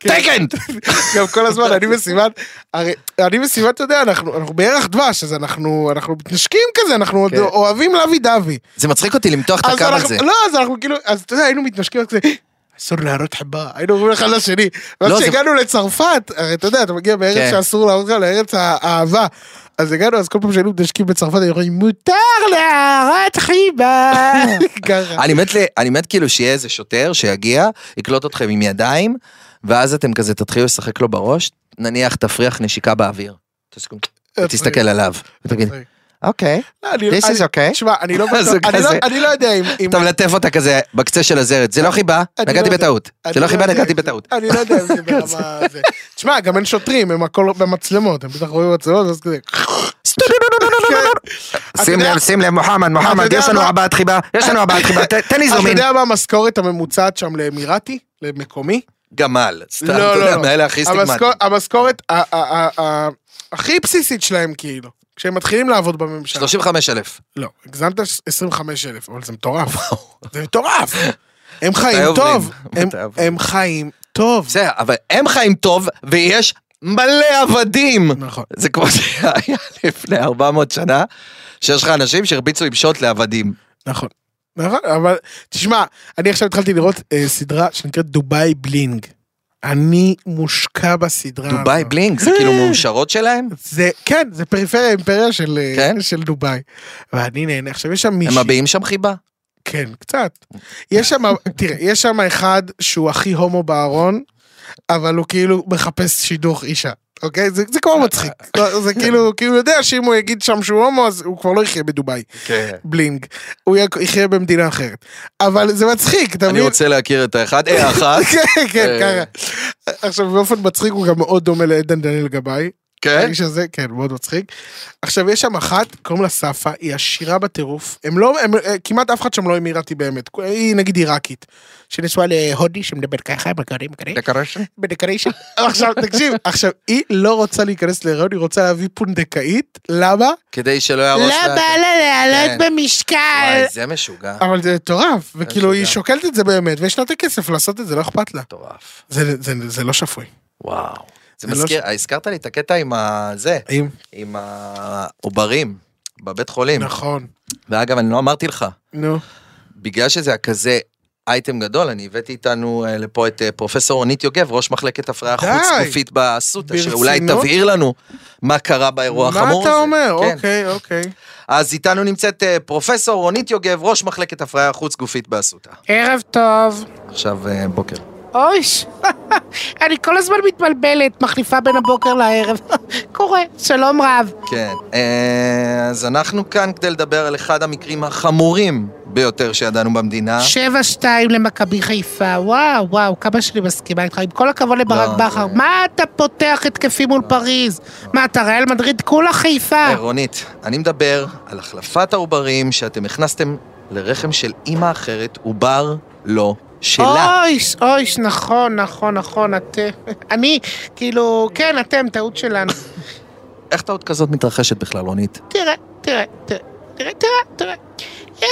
B: כן.
C: טייקנד!
B: גם כל הזמן, אני וסיוון, הרי אני וסיוון, אתה יודע, אנחנו אנחנו בירח דבש, אז אנחנו אנחנו מתנשקים כזה, אנחנו עוד
C: כן.
B: אוהבים לאבי דבי.
C: זה מצחיק אותי למתוח את
B: אז
C: הקו
B: אנחנו,
C: הזה.
B: לא, אז אנחנו כאילו, אז אתה יודע, היינו מתנשקים רק כזה, "אה, אסור להראות חיבה, היינו אומרים אחד לשני.
C: לא,
B: ואז
C: זה-
B: כשהגענו לצרפת, הרי אתה יודע, אתה מגיע מארץ
C: כן.
B: שאסור להראות לך, לארץ האהבה. אז הגענו, אז כל פעם שהיינו מתנשקים בצרפת, היינו אומרים, מותר להראות חיבה. ככה.
C: אני מת, ל- אני מת כאילו שיהיה איזה שוטר שיגיע, יקלוט אתכם עם ידיים, ואז אתם כזה תתחילו לשחק לו בראש, נניח תפריח נשיקה באוויר. תעשו- תסתכל עליו, ותגיד, אוקיי,
B: לא, אני-
C: this
B: אני-
C: is okay.
B: תשמע, אני לא
C: אז הוא
B: בטוח- אני לא-
C: כזה.
B: אני לא יודע אם- אם...
C: אתה מלטף אותה כזה בקצה של הזרת, זה לא חיבה,
B: אני לא
C: נגעתי
B: יודע.
C: בטעות.
B: אני
C: זה לא חיבה,
B: יודע
C: נגעתי
B: אם זה-
C: בטעות.
B: אני לא יודע אם זה ברמה... זה. תשמע, גם אין שוטרים, הם הכל במצלמות, הם בטח רואים מצלמות, אז כזה...
C: לא,
B: אתה
C: שים
B: יודע-
C: לב, שים לב, מוחמד, מוחמד,
B: יודע
C: יש לנו
B: מה?
C: הבעת חיבה, יש לנו הבעת חיבה, ת- תן לי
B: אתה
C: זומין.
B: יודע מה המשכורת הממוצעת שם לאמירתי? למקומי?
C: גמל, סתם,
B: לא,
C: אתה
B: לא,
C: יודע,
B: לא.
C: מאלה הכי סטיגמטיים.
B: המשכור- המשכורת ה- ה- ה- ה- הכי בסיסית שלהם, כאילו. כשהם מתחילים לעבוד בממשלה.
C: 35 אלף.
B: לא, הגזמת 25 אלף, אבל זה מטורף. זה מטורף. הם חיים
C: מתי
B: טוב.
C: עוברים?
B: הם-
C: מתי עוברים?
B: הם חיים טוב.
C: בסדר, אבל הם חיים טוב, ויש מלא עבדים.
B: נכון.
C: זה כמו שהיה לפני 400 שנה, שיש לך אנשים שהרביצו עם שוט לעבדים.
B: נכון. נכון, אבל תשמע, אני עכשיו התחלתי לראות אה, סדרה שנקראת דובאי בלינג. אני מושקע בסדרה.
C: דובאי
B: הזאת.
C: בלינק, זה כאילו
B: אה.
C: מאושרות שלהם?
B: זה, כן, זה פריפריה אימפריה של, אה,
C: כן?
B: של דובאי. ואני נהנה, עכשיו יש שם
C: הם
B: מישהי,
C: מביעים שם חיבה?
B: כן, קצת. יש שם, תראה, יש שם אחד שהוא הכי הומו בארון, אבל הוא כאילו מחפש שידוך אישה, אוקיי? זה, זה כמו מצחיק. זה כאילו, כאילו הוא יודע שאם הוא יגיד שם שהוא הומו, אז הוא כבר לא יחיה בדובאי.
C: כן.
B: בלינג, הוא יהיה- יחיה במדינה אחרת. אבל זה מצחיק, אתה
C: אני
B: מבין?
C: רוצה להכיר את האחד, אה, אחת.
B: כן, כן,
C: אה.
B: ככה. עכשיו, באופן מצחיק הוא גם מאוד דומה לעדן דניאל גבאי.
C: כן?
B: האיש הזה, כן, מאוד מצחיק. עכשיו, יש שם אחת, קוראים לה ספה, היא עשירה בטירוף. הם לא, הם, אה, כמעט אף אחד שם לא אמירתי באמת. היא נגיד עיראקית. שנשואה להודי שמדבר ככה, בגרים, בגרים. בדקרישה. עכשיו, תקשיב, עכשיו, היא לא רוצה להיכנס להיריון, היא רוצה להביא פונדקאית. למה?
C: כדי שלא
B: לא,
C: יהרוס לה-
B: לה
C: לעלות כן.
B: במשקל?
C: וואי, זה משוגע.
B: אבל זה מטורף, וכאילו היא
C: תודה.
B: שוקלת את זה באמת, ויש לה את הכסף לעשות את זה, לא אכפת לה.
C: מטורף.
B: זה- זה זה לא שפוי.
C: וואו. זה
B: זה לא
C: מזכיר, הזכרת לי את הקטע עם ה... זה,
B: האם?
C: עם העוברים בבית חולים.
B: נכון.
C: ואגב, אני לא אמרתי לך,
B: נו.
C: בגלל שזה היה כזה אייטם גדול, אני הבאתי איתנו אה, לפה את אה, פרופסור רונית יוגב, ראש מחלקת הפריה
B: די.
C: חוץ גופית באסותא,
B: ברצינות?
C: שאולי תבהיר לנו מה קרה באירוע
B: מה
C: החמור הזה.
B: אתה אומר?
C: כן.
B: אוקיי, אוקיי.
C: אז איתנו נמצאת אה, פרופסור רונית יוגב, ראש מחלקת הפריה חוץ גופית באסותא.
F: ערב טוב.
C: עכשיו אה, בוקר.
F: אויש. אני כל הזמן מתבלבלת, מחליפה בין הבוקר לערב. קורה. שלום רב.
C: כן. אה, אז אנחנו כאן כדי לדבר על אחד המקרים החמורים ביותר שידענו במדינה.
F: שבע שתיים למכבי חיפה. וואו, וואו, כמה שאני מסכימה איתך. עם כל הכבוד לברק
C: לא,
F: בכר,
C: זה-
F: מה אתה פותח התקפים מול פריז? מה, אתה ריאל מדריד כולה חיפה?
C: אה, רונית, אני מדבר על החלפת העוברים שאתם הכנסתם לרחם של אימא אחרת, עובר לא שלה.
F: אויש, אויש, נכון, נכון, נכון, אתם. אני, כאילו, כן, אתם, טעות שלנו.
C: איך טעות כזאת מתרחשת בכלל, רונית?
F: תראה, תראה, תראה, תראה, תראה, תראה.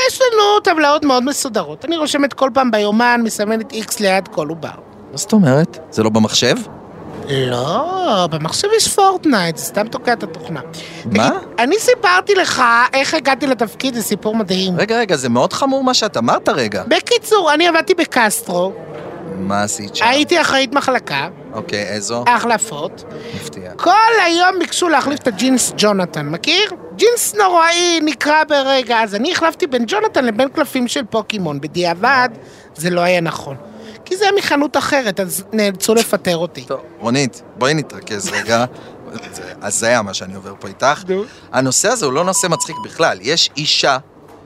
F: יש לנו טבלאות מאוד מסודרות. אני רושמת כל פעם ביומן, מסמנת איקס ליד כל עובר.
C: מה זאת אומרת? זה לא במחשב?
F: לא, במחשב יש פורטנייט, זה סתם תוקע את התוכנה.
C: מה?
F: תגיד, אני סיפרתי לך איך הגעתי לתפקיד, זה סיפור מדהים.
C: רגע, רגע, זה מאוד חמור מה שאת אמרת רגע.
F: בקיצור, אני עבדתי בקסטרו,
C: מה עשית שם?
F: הייתי אחראית מחלקה,
C: אוקיי,
F: אה.
C: איזו?
F: החלפות.
C: מפתיע.
F: כל היום ביקשו להחליף את הג'ינס ג'ונתן, מכיר? ג'ינס נוראי נקרע ברגע, אז אני החלפתי בין ג'ונתן לבין קלפים של פוקימון. בדיעבד, זה לא היה נכון. כי זה היה מחנות אחרת, אז נאלצו לפטר אותי.
C: טוב, רונית, בואי נתרכז רגע. זה הזיה מה שאני עובר פה איתך.
B: נו.
C: הנושא הזה הוא לא נושא מצחיק בכלל. יש אישה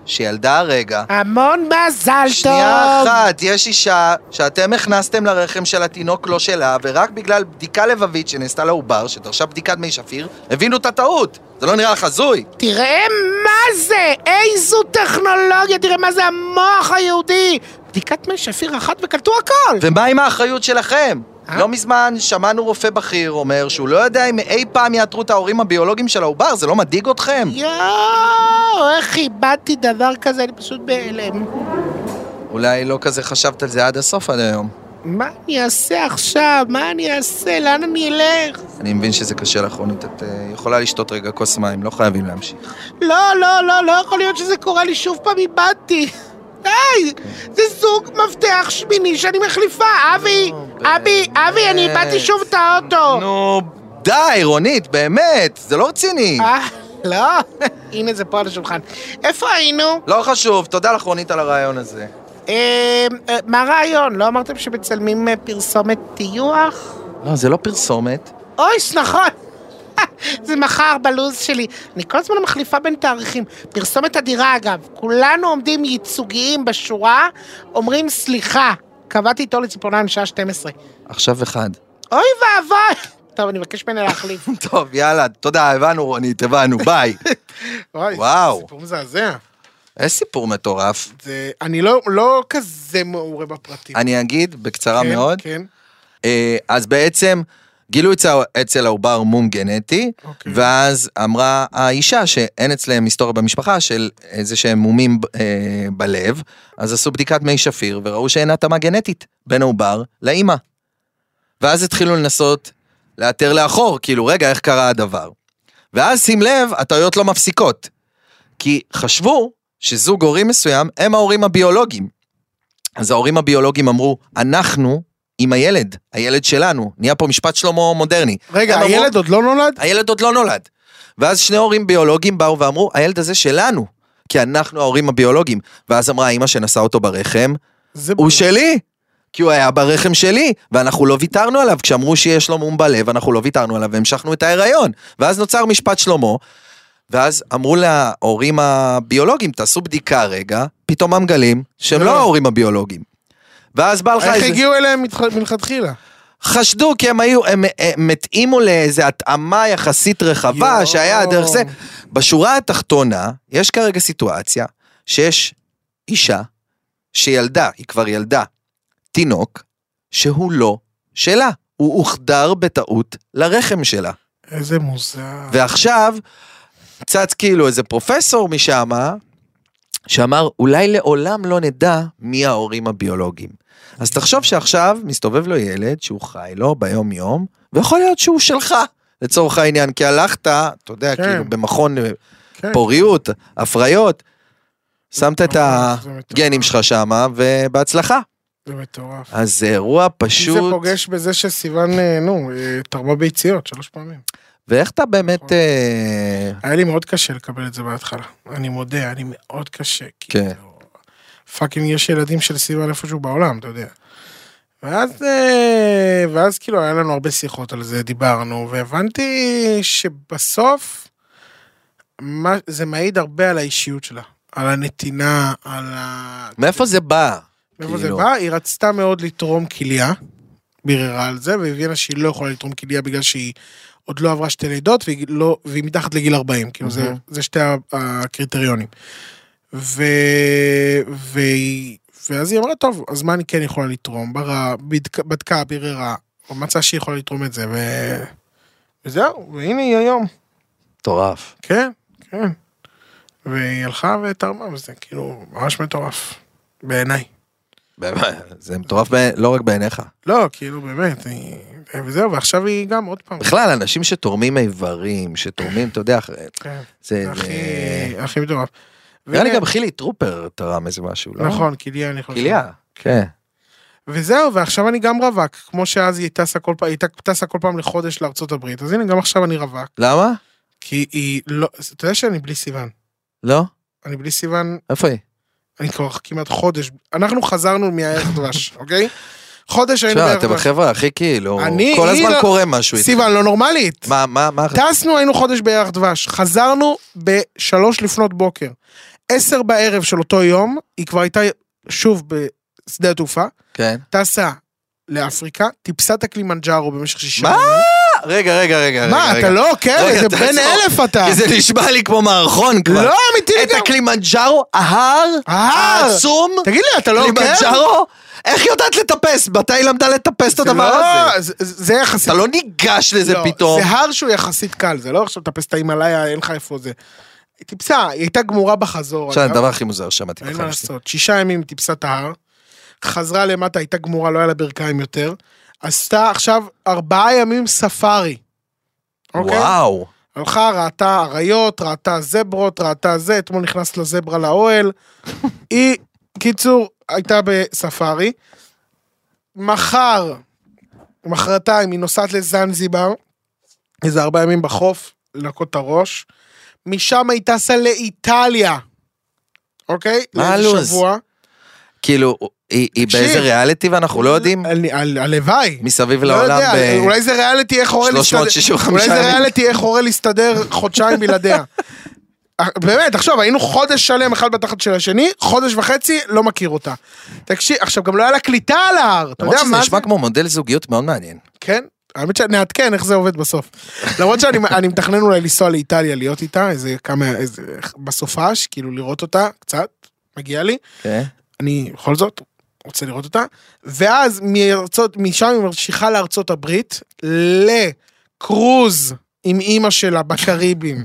C: שילדה הרגע,
F: המון מזל טוב!
C: שנייה אחת, יש אישה שאתם הכנסתם לרחם של התינוק לא שלה, ורק בגלל בדיקה לבבית שנעשתה לעובר, שדרשה בדיקת מי שפיר, הבינו את הטעות. זה לא נראה לך הזוי?
F: תראה מה זה! איזו טכנולוגיה! תראה מה זה המוח היהודי! בדיקת מי שפיר אחת וקלטו הכל!
C: ומה עם האחריות שלכם?
F: אה?
C: לא מזמן שמענו רופא בכיר אומר שהוא לא יודע אם אי פעם יעתרו את ההורים הביולוגיים של העובר, זה לא מדאיג אתכם?
F: יואו, איך איבדתי דבר כזה, אני פשוט בהלם.
C: אולי לא כזה חשבת על זה עד הסוף עד היום.
F: מה אני אעשה עכשיו? מה אני אעשה? לאן אני אלך?
C: אני מבין שזה קשה לך, רונית, את אה, יכולה לשתות רגע כוס מים, לא חייבים להמשיך.
F: לא, לא, לא, לא יכול להיות שזה קורה לי שוב פעם איבדתי. די! זה זוג מפתח שמיני שאני מחליפה, אבי! אבי, אבי, אני איבדתי שוב את האוטו!
C: נו, די, רונית, באמת, זה לא רציני.
F: אה, לא? הנה זה פה על השולחן. איפה היינו?
C: לא חשוב, תודה לך, רונית, על הרעיון הזה.
F: אה, אה, מה הרעיון? לא אמרתם שמצלמים אה, פרסומת טיוח?
C: לא, זה לא פרסומת.
F: אוי, נכון! זה מחר בלוז שלי. אני כל הזמן מחליפה בין תאריכים. פרסומת אדירה, אגב. כולנו עומדים ייצוגיים בשורה, אומרים סליחה. קבעתי תור לציפורניים שעה 12.
C: עכשיו אחד.
F: אוי ואבוי! טוב, אני מבקש ממנה להחליף.
C: טוב, יאללה, תודה, הבנו, רונית, הבנו, ביי.
B: וואי,
C: וואו.
B: סיפור מזעזע.
C: איזה סיפור מטורף.
B: זה- אני לא- לא כזה מעורה בפרטים.
C: אני אגיד בקצרה
B: כן,
C: מאוד.
B: כן.
C: אה, אז בעצם גילו אצל, אצל העובר מום גנטי,
B: אוקיי.
C: ואז אמרה האישה שאין אצלם היסטוריה במשפחה של איזה שהם מומים אה, בלב, אז עשו בדיקת מי שפיר וראו שאין התאמה גנטית בין העובר לאימא. ואז התחילו לנסות לאתר לאחור, כאילו רגע, איך קרה הדבר? ואז שים לב, הטעויות לא מפסיקות. כי חשבו שזוג הורים מסוים הם ההורים הביולוגיים. אז ההורים הביולוגיים אמרו, אנחנו עם הילד, הילד שלנו. נהיה פה משפט שלמה מודרני.
B: רגע,
C: הם אמרו,
B: הילד עוד לא נולד?
C: הילד עוד לא נולד. ואז שני הורים ביולוגיים באו ואמרו, הילד הזה שלנו, כי אנחנו ההורים הביולוגיים. ואז אמרה האימא שנשאה אותו ברחם,
B: זה
C: הוא שלי! כי הוא היה ברחם שלי, ואנחנו לא ויתרנו עליו. כשאמרו שיש לו מום בלב, אנחנו לא ויתרנו עליו והמשכנו את ההיריון. ואז נוצר משפט שלמה, ואז אמרו להורים הביולוגיים, תעשו בדיקה רגע, פתאום הם מגלים שהם לא ההורים הביולוגיים. ואז בא לך
B: איך
C: לא, איזה...
B: הגיעו אליהם מתח- מלכתחילה?
C: חשדו כי הם היו, הם, הם התאימו לאיזו התאמה יחסית רחבה
B: יואו.
C: שהיה דרך זה. בשורה התחתונה, יש כרגע סיטואציה שיש אישה שילדה, היא כבר ילדה, תינוק, שהוא לא שלה. הוא הוחדר בטעות לרחם שלה.
B: איזה מוזר.
C: ועכשיו, צץ כאילו איזה פרופסור משם, שאמר, אולי לעולם לא נדע מי ההורים הביולוגיים. אז תחשוב שעכשיו מסתובב לו ילד שהוא חי לו ביום-יום, ויכול להיות שהוא שלך, לצורך העניין, כי הלכת, אתה יודע,
B: כן.
C: כאילו, במכון
B: כן.
C: פוריות, הפריות, שמת את
B: זה מטורף.
C: הגנים שלך שמה, ובהצלחה.
B: זה מטורף.
C: אז זה אירוע
B: זה
C: פשוט,
B: פוגש בזה שסיוון, אה, נו, אה, תרמה ביציות שלוש פעמים.
C: ואיך אתה
B: נכון.
C: באמת... אה,
B: היה לי מאוד קשה לקבל את זה בהתחלה. אני מודה, היה לי מאוד קשה.
C: כן.
B: כאילו, פאקינג יש ילדים של סיוון איפשהו בעולם, אתה יודע. ואז, אה, ואז כאילו היה לנו הרבה שיחות על זה, דיברנו, והבנתי שבסוף מה, זה מעיד הרבה על האישיות שלה, על הנתינה, על ה...
C: מאיפה זה בא?
B: מאיפה זה
C: כאילו.
B: בא? היא רצתה מאוד לתרום כליה, ביררה על זה, והבינה שהיא לא יכולה לתרום כליה בגלל שהיא עוד לא עברה שתי לידות, והיא, לא, והיא מתחת לגיל 40, כאילו זה, זה שתי ה- הקריטריונים. ו... ו... ואז היא אמרה, טוב, אז מה אני כן יכולה לתרום? ברא, בדק, בדקה, ביררה, מצאה שהיא יכולה לתרום את זה, ו... וזהו, והנה היא היום.
C: מטורף.
B: כן, כן. והיא הלכה ותרמה בזה, כאילו, ממש מטורף. בעיניי.
C: באמת, זה מטורף ב- לא רק בעיניך.
B: לא, כאילו באמת, היא... וזהו, ועכשיו היא גם עוד פעם.
C: בכלל, אנשים שתורמים איברים, שתורמים, אתה יודע,
B: כן,
C: זה...
B: זה הכי,
C: זה-
B: הכי מטורף.
C: נראה אה, לי
B: והנה-
C: גם חילי טרופר תרם איזה משהו, לא?
B: נכון, כליה אני חושב.
C: כליה. כן.
B: וזהו, ועכשיו אני גם רווק, כמו שאז היא טסה כל פעם, היא טסה כל פעם לחודש לארצות הברית, אז הנה גם עכשיו אני רווק,
C: למה?
B: כי היא לא, אתה יודע שאני בלי סיוון.
C: לא?
B: אני בלי סיוון,
C: איפה היא?
B: אני כבר כמעט חודש, אנחנו חזרנו מהערך דבש, אוקיי? חודש היינו
C: תשמע,
B: בערך
C: אתם
B: דבש.
C: החבר'ה הכי כאילו,
B: אני-
C: כל
B: היא
C: הזמן
B: לא-
C: קורה משהו. איתך.
B: סיוון לא נורמלית.
C: מה, מה, מה?
B: טסנו, היינו חודש בירח דבש, חזרנו בשלוש לפנות בוקר. עשר בערב של אותו יום, היא כבר הייתה שוב בשדה התעופה,
C: כן.
B: טסה לאפריקה, טיפסה את הקלימנג'ארו במשך שישה
C: מה?
B: ימים.
C: רגע, רגע, רגע.
B: מה,
C: רגע,
B: אתה
C: רגע.
B: לא, כן,
C: רגע,
B: איזה
C: תעצור.
B: בן אלף אתה.
C: כי זה נשמע לי כמו מערכון כבר.
B: לא, אמיתי
C: את
B: לגמרי.
C: הקלימנג'ארו, ההר
B: ההר.
C: העצום,
B: תגיד לי, אתה לא עוקר?
C: קלימנג'ארו, איך היא יודעת לטפס? מתי היא למדה לטפס את
B: זה
C: הדבר
B: לא-
C: הזה?
B: זה- זה זה יחסית.
C: אתה לא ניגש לזה
B: לא,
C: פתאום.
B: זה הר שהוא יחסית קל, זה לא עכשיו טפס את ההימאליה, אין לך איפה זה. היא טיפסה, היא הייתה גמורה בחזור.
C: עכשיו,
B: אגב.
C: הדבר הכי מוזר ששמעתי
B: אין מה
C: בחיים שלי.
B: לעשות, שישה ימים טיפסה את ההר. חזרה למטה, הייתה גמורה, לא היה לה ברכיים יותר. עשתה עכשיו ארבעה ימים ספארי. אוקיי?
C: וואו.
B: הלכה, ראתה אריות, ראתה זברות, ראתה זה, אתמול נכנס לזברה לאוהל. היא, קיצור, הייתה בספארי. מחר, מחרתיים, היא נוסעת לזנזיבר, איזה ארבעה ימים בחוף, לנקות את הראש. משם היא טסה לאיטליה, אוקיי?
C: מה
B: לאיזה
C: הלו"ז?
B: שבוע.
C: כאילו, היא היא
B: תקשיב.
C: באיזה ריאליטי ואנחנו לא יודעים?
B: על- על- הלוואי.
C: מסביב
B: לא
C: לעולם
B: יודע,
C: ב-
B: אולי זה ריאליטי איך הורה להסתדר,
C: 365
B: אולי זה
C: ימים.
B: ריאליטי איך הורה להסתדר חודשיים בלעדיה. אה, באמת, עכשיו, היינו חודש שלם אחד בתחת של השני, חודש וחצי, לא מכיר אותה. תקשיב, עכשיו גם לא היה לה קליטה על ההר, אתה
C: למרות
B: יודע
C: שזה
B: מה
C: נשמע כמו מודל זוגיות מאוד מעניין.
B: כן, האמת שנעדכן איך זה עובד בסוף. למרות שאני אני מתכנן אולי לנסוע לאיטליה, להיות איתה, איזה כמה, איזה, בסופש, כאילו לראות אותה קצת, מגיע לי.
C: כן.
B: אני בכל זאת רוצה לראות אותה. ואז מארצות, משם היא ממשיכה לארצות הברית, לקרוז עם אימא שלה בקריבים,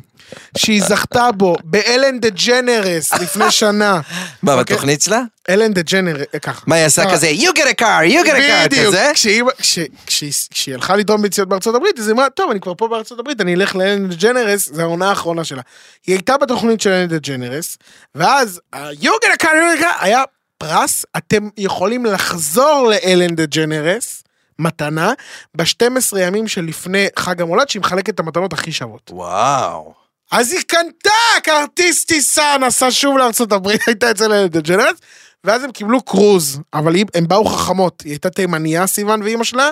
B: שהיא זכתה בו באלן דה ג'נרס לפני שנה.
C: מה,
B: אוקיי.
C: בתוכנית שלה?
B: אלן דה ג'נרס, ככה.
C: מה, היא עשה
B: אה,
C: כזה, you get a car, you get a car,
B: בדיוק,
C: כזה?
B: כשהיא- כש- כשהיא- כשהיא הלכה לתרום ביציות בארצות הברית, אז היא אמרה, טוב, אני כבר פה בארצות הברית, אני אלך לאלן ג'נרס, זו העונה האחרונה שלה. היא הייתה בתוכנית של אלן ג'נרס, ואז יוגן הקאנריקה היה פרס, אתם יכולים לחזור לאלן ג'נרס, מתנה, ב-12 ימים שלפני חג המולד, שהיא מחלקת את המתנות הכי שוות.
C: וואו.
B: אז היא קנתה כרטיס טיסה, נסעה שוב לארצות הברית, הייתה אצל אלן דג'נרס, ואז הם קיבלו קרוז, אבל היא- הם באו חכמות, היא הייתה תימניה, סיוון ואימא שלה,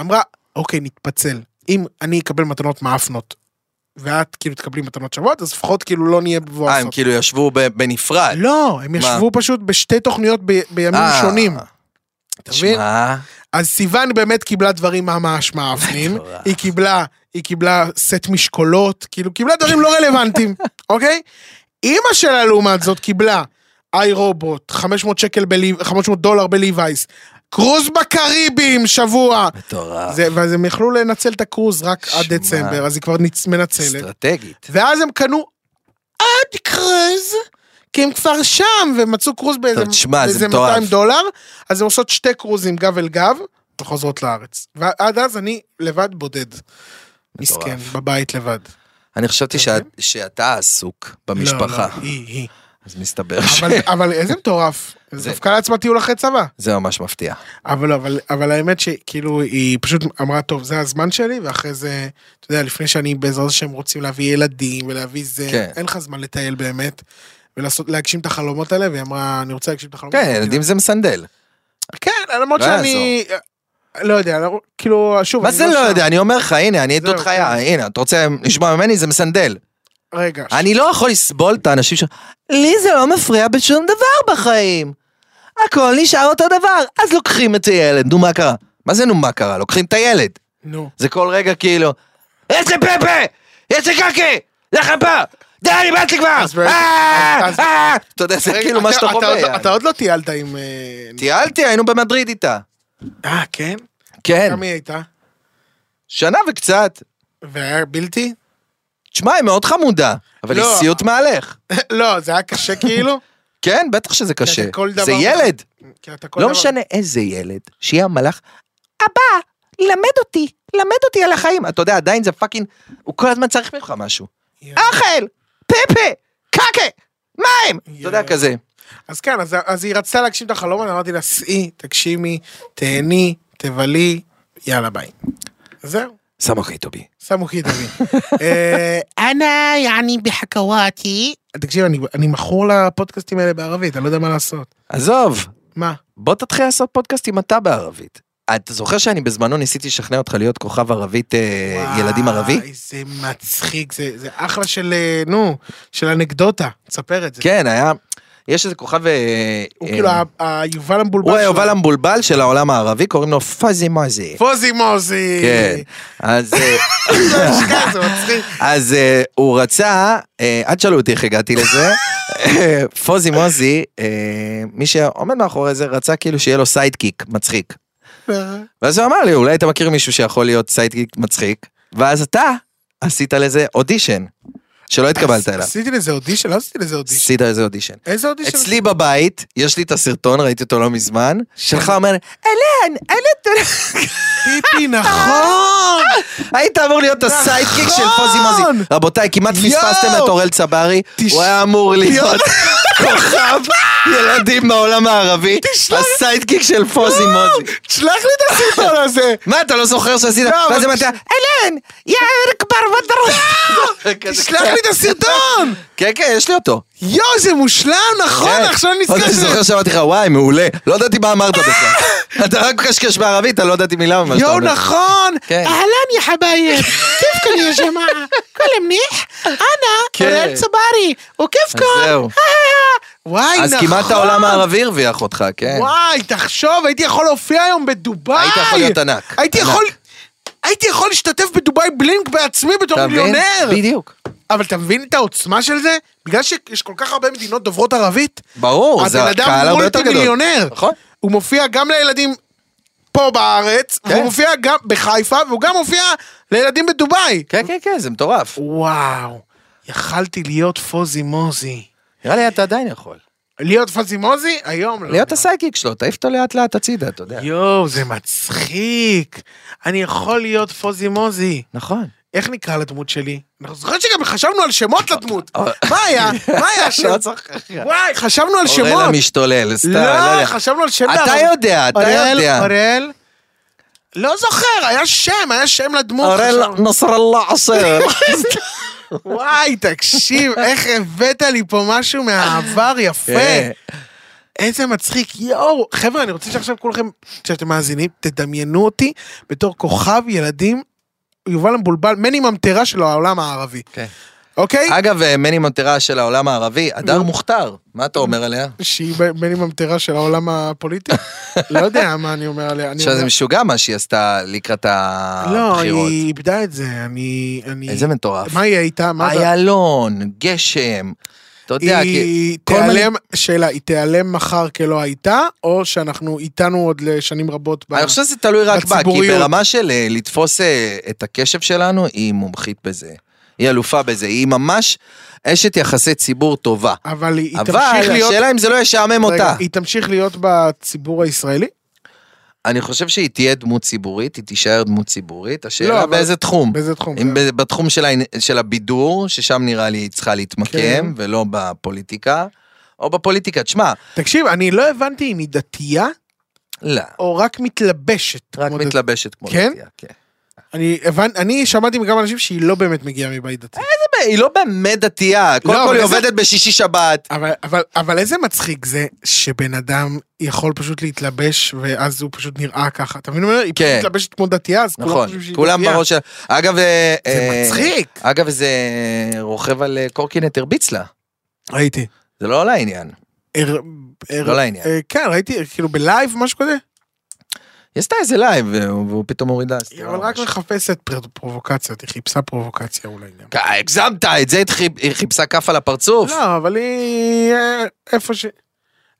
B: אמרה, אוקיי, נתפצל, אם אני אקבל מתנות מאפנות, ואת כאילו תקבלי מתנות שוות, אז לפחות כאילו לא נהיה
C: אה, הם
B: מבואסות.
C: כאילו ישבו ב- בנפרד.
B: לא, הם ישבו פשוט בשתי תוכניות ב- בימים
C: אה.
B: לא, שונים. אתה מבין?
C: שמע,
B: אז סיוון באמת קיבלה דברים ממש מאפנים,
C: מטורף.
B: היא קיבלה, היא קיבלה סט משקולות, כאילו קיבלה דברים לא רלוונטיים, אוקיי? אימא שלה לעומת זאת קיבלה איי רובוט, 500 שקל, בלי- 500 דולר בליווייס, קרוז בקריבים שבוע.
C: מטורף.
B: זה, ואז הם יכלו לנצל את הקרוז רק עד
C: שמע.
B: דצמבר, אז היא כבר ניצ- מנצלת.
C: אסטרטגית.
B: ואז הם קנו עוד קרוז, כי הם כבר שם, ומצאו קרוז באיזה,
C: טוב, תשמע, זה
B: באיזה
C: מטורף.
B: 200 דולר, אז הם עושות שתי קרוזים גב אל גב, וחוזרות לארץ. ועד אז אני לבד בודד. מסכן, בבית לבד.
C: אני חשבתי שאת- שאתה עסוק במשפחה.
B: אוקיי. לא, לא, היא, היא.
C: אז מסתבר ש...
B: אבל, אבל איזה מטורף. זה
C: זה-
B: דפקה לעצמה טיול אחרי צבא.
C: זה ממש מפתיע.
B: אבל, לא, אבל, אבל האמת שכאילו היא פשוט אמרה טוב זה הזמן שלי ואחרי זה אתה יודע לפני שאני בעזרת השם רוצים להביא ילדים ולהביא זה
C: כן.
B: אין לך זמן לטייל באמת. ולעשות להגשים את החלומות האלה והיא אמרה אני רוצה להגשים את החלומות. כאילו."
C: כן, ילדים זה מסנדל.
B: כן למרות
C: לא
B: שאני לא יודע לא- כאילו שוב.
C: מה
B: אני
C: זה לא
B: שם.
C: יודע? אני אומר לך, הנה, אני
B: זהו,
C: עדות חיה, הנה, אתה רוצה לשמוע ממני? זה מסנדל.
B: רגע. ש-
C: אני לא יכול לסבול את האנשים ש... לי זה לא מפריע בשום דבר בחיים. הכל נשאר אותו דבר, אז לוקחים את הילד, נו מה קרה? מה זה נו מה קרה? לוקחים את הילד.
B: נו.
C: זה כל רגע כאילו, יש לי פפה! יש לי קקי! לך לפה! די, אני באתי כבר!
B: אז באמת,
C: אה,
B: אז-
C: אה. אתה יודע, זה
B: רגע,
C: כאילו מה
B: אתה-
C: שאתה
B: אתה עוד-
C: חווה.
B: אתה עוד לא טיילת עם. אה,
C: טיילתי, היינו במדריד איתה.
B: אה כן?
C: כן,
B: כמה היא הייתה?
C: שנה וקצת.
B: והיה בלתי?
C: תשמע, היא מאוד חמודה, אבל היא
B: לא.
C: סיוט מהלך.
B: לא זה היה קשה כאילו.
C: כן, בטח שזה קשה.
B: אתה כל
C: זה
B: דבר-
C: ילד.
B: כי אתה כל
C: לא
B: דבר-
C: משנה איזה ילד, שיהיה המלאך, אבא, למד אותי, למד אותי על החיים. אתה יודע, עדיין זה פאקינג, הוא כל הזמן צריך ממך משהו. אכל, פפה, קקה, מים! אתה יודע, כזה.
B: אז כן, אז, אז היא רצתה להגשים את החלום, אני אמרתי לה, סעי, תגשימי, תהני, תבלי, יאללה ביי. זהו,
C: שמו הכי טובי.
B: שמו חידובי. אה,
F: אנא יעני בחכוואתי.
B: תקשיב, אני, אני מכור לפודקאסטים האלה בערבית, אני לא יודע מה לעשות.
C: עזוב,
B: מה?
C: בוא תתחיל לעשות פודקאסטים אתה בערבית. אתה זוכר שאני בזמנו ניסיתי לשכנע אותך להיות כוכב ערבית, אה, ילדים ערבי?
B: וואי, זה מצחיק, זה, זה אחלה של, אה, נו, של אנקדוטה, תספר את זה.
C: כן, היה... יש איזה כוכב... אה,
B: הוא
C: אה,
B: כאילו ה- היובל המבולבל
C: הוא
B: שלו.
C: היובל המבולבל של העולם הערבי, קוראים לו פאזי מאזי.
B: פוזי מוזי.
C: כן, אז... אה,
B: לא אשכח, זה מצחיק.
C: אז אה, הוא רצה, אה, אל תשאלו אותי איך הגעתי לזה, אה, פוזי מוזי, אה, מי שעומד מאחורי זה, רצה כאילו שיהיה לו סיידקיק מצחיק. ואז הוא אמר לי, אולי אתה מכיר מישהו שיכול להיות סיידקיק מצחיק, ואז אתה עשית לזה אודישן. שלא התקבלת אליו.
B: עשיתי לזה אודישן? לא עשיתי לזה אודישן.
C: עשית איזה אודישן.
B: איזה אודישן?
C: אצלי בבית, יש לי את הסרטון, ראיתי אותו לא מזמן, שלך אומר, אלן, אלן, תודה.
B: פיפי, נכון!
C: אה! היית אמור להיות הסיידקיק של פוזי
B: נכון!
C: מוזי. רבותיי, כמעט פספסתם את אוראל צברי,
B: תש-
C: הוא היה אמור להיות כוכב ילדים בעולם הערבי, הסיידקיק של פוזי מוזי.
B: שלח לי את הסרטון הזה!
C: מה, אתה לא זוכר שעשית? ואז
B: אבל-
C: אמרת, אלן, יאיר כבר בדרום.
B: תשלח לי את הסרטון!
C: כן, כן, יש לי אותו.
B: יואו, זה מושלם, נכון,
C: כן.
B: עכשיו
C: עוד אני
B: נזכרתי.
C: זוכר שאמרתי לך, וואי, מעולה. לא ידעתי מה אמרת בכלל. אתה רק מקשקש בערבית, אתה לא ידעתי מילה ממה שאתה
B: יואו,
C: אומר.
B: נכון!
C: כן.
F: אהלן יא חבייב, כיפכן יא ג'מאעה,
B: אה,
F: כולם מניח? אנא,
C: כן.
F: אוראל צברי, וכיפכן.
C: אז זהו.
B: אה, וואי, נכון!
C: אז כמעט העולם הערבי הרוויח אותך, כן.
B: וואי, תחשוב, הייתי יכול להופיע היום בדובאי.
C: היית יכול להיות ענק.
B: הייתי
C: ענק.
B: יכול... הייתי יכול להשתתף בדובאי בלינק בעצמי בתור
C: אתה מבין?
B: מיליונר.
C: בדיוק.
B: אבל אתה מבין את העוצמה של זה? בגלל שיש כל כך הרבה מדינות דוברות ערבית,
C: ברור, זה
B: הבן
C: קהל
B: אדם
C: הרבה יותר גדול.
B: מולטי-מיליונר.
C: נכון.
B: הוא מופיע גם לילדים פה בארץ, והוא מופיע גם בחיפה, והוא גם מופיע לילדים בדובאי.
C: כן, כן, כן, זה מטורף.
B: וואו, יכלתי להיות פוזי מוזי.
C: נראה לי אתה עדיין יכול.
B: להיות פוזי מוזי? היום לא.
C: להיות הסייקיק שלו, תעיף אותו לאט לאט הצידה, אתה יודע.
B: יואו, זה מצחיק. אני יכול להיות פוזי מוזי.
C: נכון.
B: איך נקרא לדמות שלי? אנחנו זוכרים שגם חשבנו על שמות לדמות.
C: אבל-
B: מה היה? מה היה השם?
C: לא צריך ככה.
B: וואי, חשבנו על
C: אוראל
B: שמות.
C: המשתולל, סתם, לא
B: לא,
C: יודע.
B: חשבנו על שם.
C: אתה
B: בערבית.
C: יודע, אתה
B: אוראל,
C: יודע.
B: אוראל. לא זוכר, היה שם, היה שם לדמות.
C: אוראל
B: חשבנו-
C: נסראללה עשר.
B: וואי, תקשיב, איך הבאת לי פה משהו מהעבר יפה.
C: כן.
B: איזה מצחיק, יואו. חבר'ה, אני רוצה שעכשיו כולכם, כשאתם מאזינים, תדמיינו אותי בתור כוכב ילדים, יובל המבולבל, מני ממטרה של העולם הערבי.
C: כן.
B: אוקיי?
C: אגב, אה, מני ממטרה של העולם הערבי, הדר מוכתר, מה אתה אומר עליה?
B: שהיא ב- מני ממטרה של העולם הפוליטי? לא יודע מה אני אומר עליה. אני
C: עכשיו זה
B: אומר-
C: משוגע מה שהיא עשתה לקראת
B: לא,
C: הבחירות.
B: היא איבדה את זה, אני... אני-
C: איזה מטורף.
B: מה היא הייתה? מה אתה-
C: איילון, גשם, אתה יודע, כי-
B: היא
C: כל מיני-
B: תיעלם, שאלה, היא תיעלם מחר כלא הייתה, או שאנחנו איתנו עוד לשנים רבות ב...
C: אני חושב שזה תלוי רק בה, כי
B: בציבוריות.
C: ברמה של אה, לתפוס אה, את הקשב שלנו, היא מומחית בזה. היא אלופה בזה, היא ממש אשת יחסי ציבור טובה.
B: אבל היא היא
C: אבל
B: תמשיך להיות...
C: השאלה אם זה לא ישעמם
B: רגע,
C: אותה.
B: היא תמשיך להיות בציבור הישראלי?
C: אני חושב שהיא תהיה דמות ציבורית, היא תישאר דמות ציבורית,
B: לא,
C: השאלה
B: אבל-
C: באיזה תחום.
B: באיזה תחום?
C: אם ב- בתחום של העני- של הבידור, ששם נראה לי היא צריכה
B: כן.
C: להתמקם, ולא בפוליטיקה, או בפוליטיקה, תשמע,
B: תקשיב, אני לא הבנתי אם היא דתייה,
C: לא,
B: או רק מתלבשת.
C: רק
B: כמו דת-
C: מתלבשת כמו
B: כן?
C: דתייה, כן.
B: אני הבנ- אני שמעתי מכמה אנשים שהיא לא באמת מגיעה מבית דתי.
C: היא לא באמת דתייה, קודם
B: לא,
C: כל
B: אבל
C: היא
B: איזה-
C: עובדת בשישי שבת.
B: אבל, אבל, אבל איזה מצחיק זה שבן אדם יכול פשוט להתלבש ואז הוא פשוט נראה ככה. אתה מבין מה אני אומר? היא פשוט
C: כן.
B: מתלבשת כמו דתייה, אז כולם
C: נכון,
B: חושבים שהיא
C: כולם
B: דתייה.
C: בראש של... אגב, אה,
B: זה
C: אה,
B: מצחיק.
C: אגב, איזה רוכב על אה, קורקינט הרביץ לה.
B: ראיתי.
C: זה לא לעניין.
B: הר- הר-
C: לא לעניין.
B: אה, כן, ראיתי, כאילו בלייב, משהו כזה.
C: היא עשתה איזה לייב, והוא והוא פתאום הורידה. סטירה
B: אבל
C: או
B: רק
C: משהו.
B: מחפשת פר- פרובוקציות, היא חיפשה פרובוקציה אולי. גם.
C: אה, הגזמת, את זה היא חיפ- היא חיפשה כף על הפרצוף.
B: לא, אבל היא... אה, איפה ש...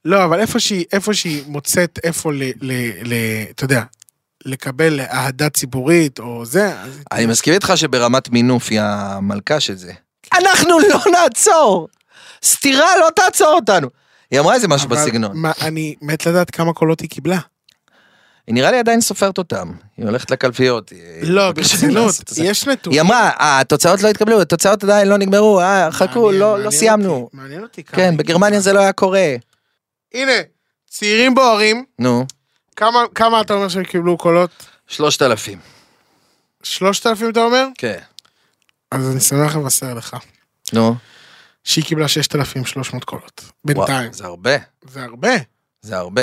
B: לא, אבל איפה שהיא, איפה שהיא מוצאת, איפה ל... ל- ל- אתה יודע, לקבל אהדה ציבורית או זה, אז...
C: אני מסכים איתך שברמת מינוף היא המלכה של זה. אנחנו לא נעצור! סתירה לא תעצור אותנו! היא אמרה איזה משהו
B: אבל
C: בסגנון. אה,
B: מה, אני מת לדעת כמה קולות היא קיבלה.
C: היא נראה לי עדיין סופרת אותם. היא הולכת לקלפיות. היא-
B: לא,
C: היא מבקשת
B: ברצינות,
C: לעשות את זה.
B: יש נתון.
C: היא אמרה, "אה, התוצאות לא התקבלו, התוצאות עדיין לא נגמרו, אה, חכו,
B: מעניין,
C: לא-
B: מעניין
C: לא
B: אותי,
C: סיימנו.
B: מעניין אותי כמה.
C: כן,
B: היא
C: בגרמניה
B: קיבלה.
C: זה לא היה קורה.
B: הנה, צעירים בוערים,
C: נו,
B: כמה- כמה אתה אומר שהם קיבלו קולות?
C: שלושת אלפים.
B: שלושת אלפים אתה אומר?
C: כן.
B: אז אני שמח לבשר לך
C: נו,
B: שהיא קיבלה 6,300 קולות. בינתיים.
C: וואו, זה הרבה,
B: זה הרבה.
C: זה הרבה.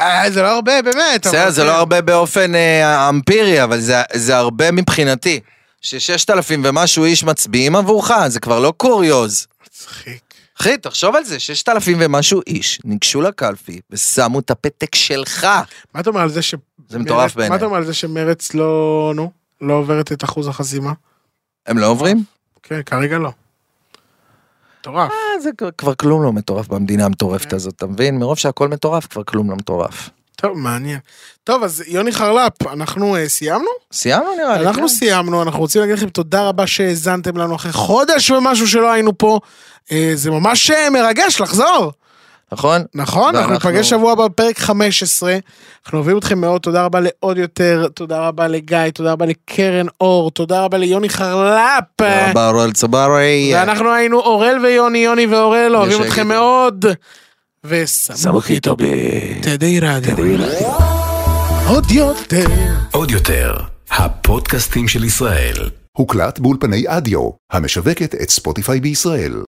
B: אה, זה לא הרבה, באמת.
C: בסדר,
B: אבל- כן.
C: זה לא הרבה באופן אה, אמפירי, אבל זה- זה הרבה מבחינתי. ששת אלפים ומשהו איש מצביעים עבורך, זה כבר לא קוריוז.
B: מצחיק.
C: אחי, תחשוב על זה, ששת אלפים ומשהו איש ניגשו לקלפי ושמו את הפתק שלך.
B: מה אתה אומר על זה ש...
C: זה מטורף
B: מרצ- מה
C: בעיניי.
B: אתה אומר על זה שמרץ לא... נו, לא עוברת את אחוז החסימה?
C: הם לא עוברים?
B: כן, כרגע לא. מטורף. כן.
C: אה, זה כבר- כבר כלום לא מטורף במדינה המטורפת הזאת, אתה מבין? מרוב שהכל מטורף, כבר כלום לא מטורף.
B: טוב, מעניין. טוב, אז יוני חרלפ, אנחנו אה, סיימנו?
C: סיימנו נראה לי. כן.
B: אנחנו סיימנו, אנחנו רוצים להגיד לכם תודה רבה שהאזנתם לנו אחרי חודש ומשהו שלא היינו פה. אה, זה ממש אה, מרגש לחזור.
C: נכון?
B: נכון, אנחנו
C: ואנחנו-
B: ניפגש שבוע הבא בפרק 15. אנחנו אוהבים אתכם מאוד, תודה רבה לעוד יותר, תודה רבה לגיא, תודה רבה לקרן אור, תודה רבה ליוני חרלפ.
C: תודה רבה, אורל צברי.
B: ואנחנו היינו אורל ויוני, יוני ואורל, אוהבים
C: שיגידו.
B: אתכם מאוד. וסמוך
E: סמוכיתו ב...
B: תדי רדיו. עוד יותר.
A: עוד יותר, הפודקאסטים של ישראל.
G: הוקלט באולפני אדיו, המשווקת את ספוטיפיי בישראל.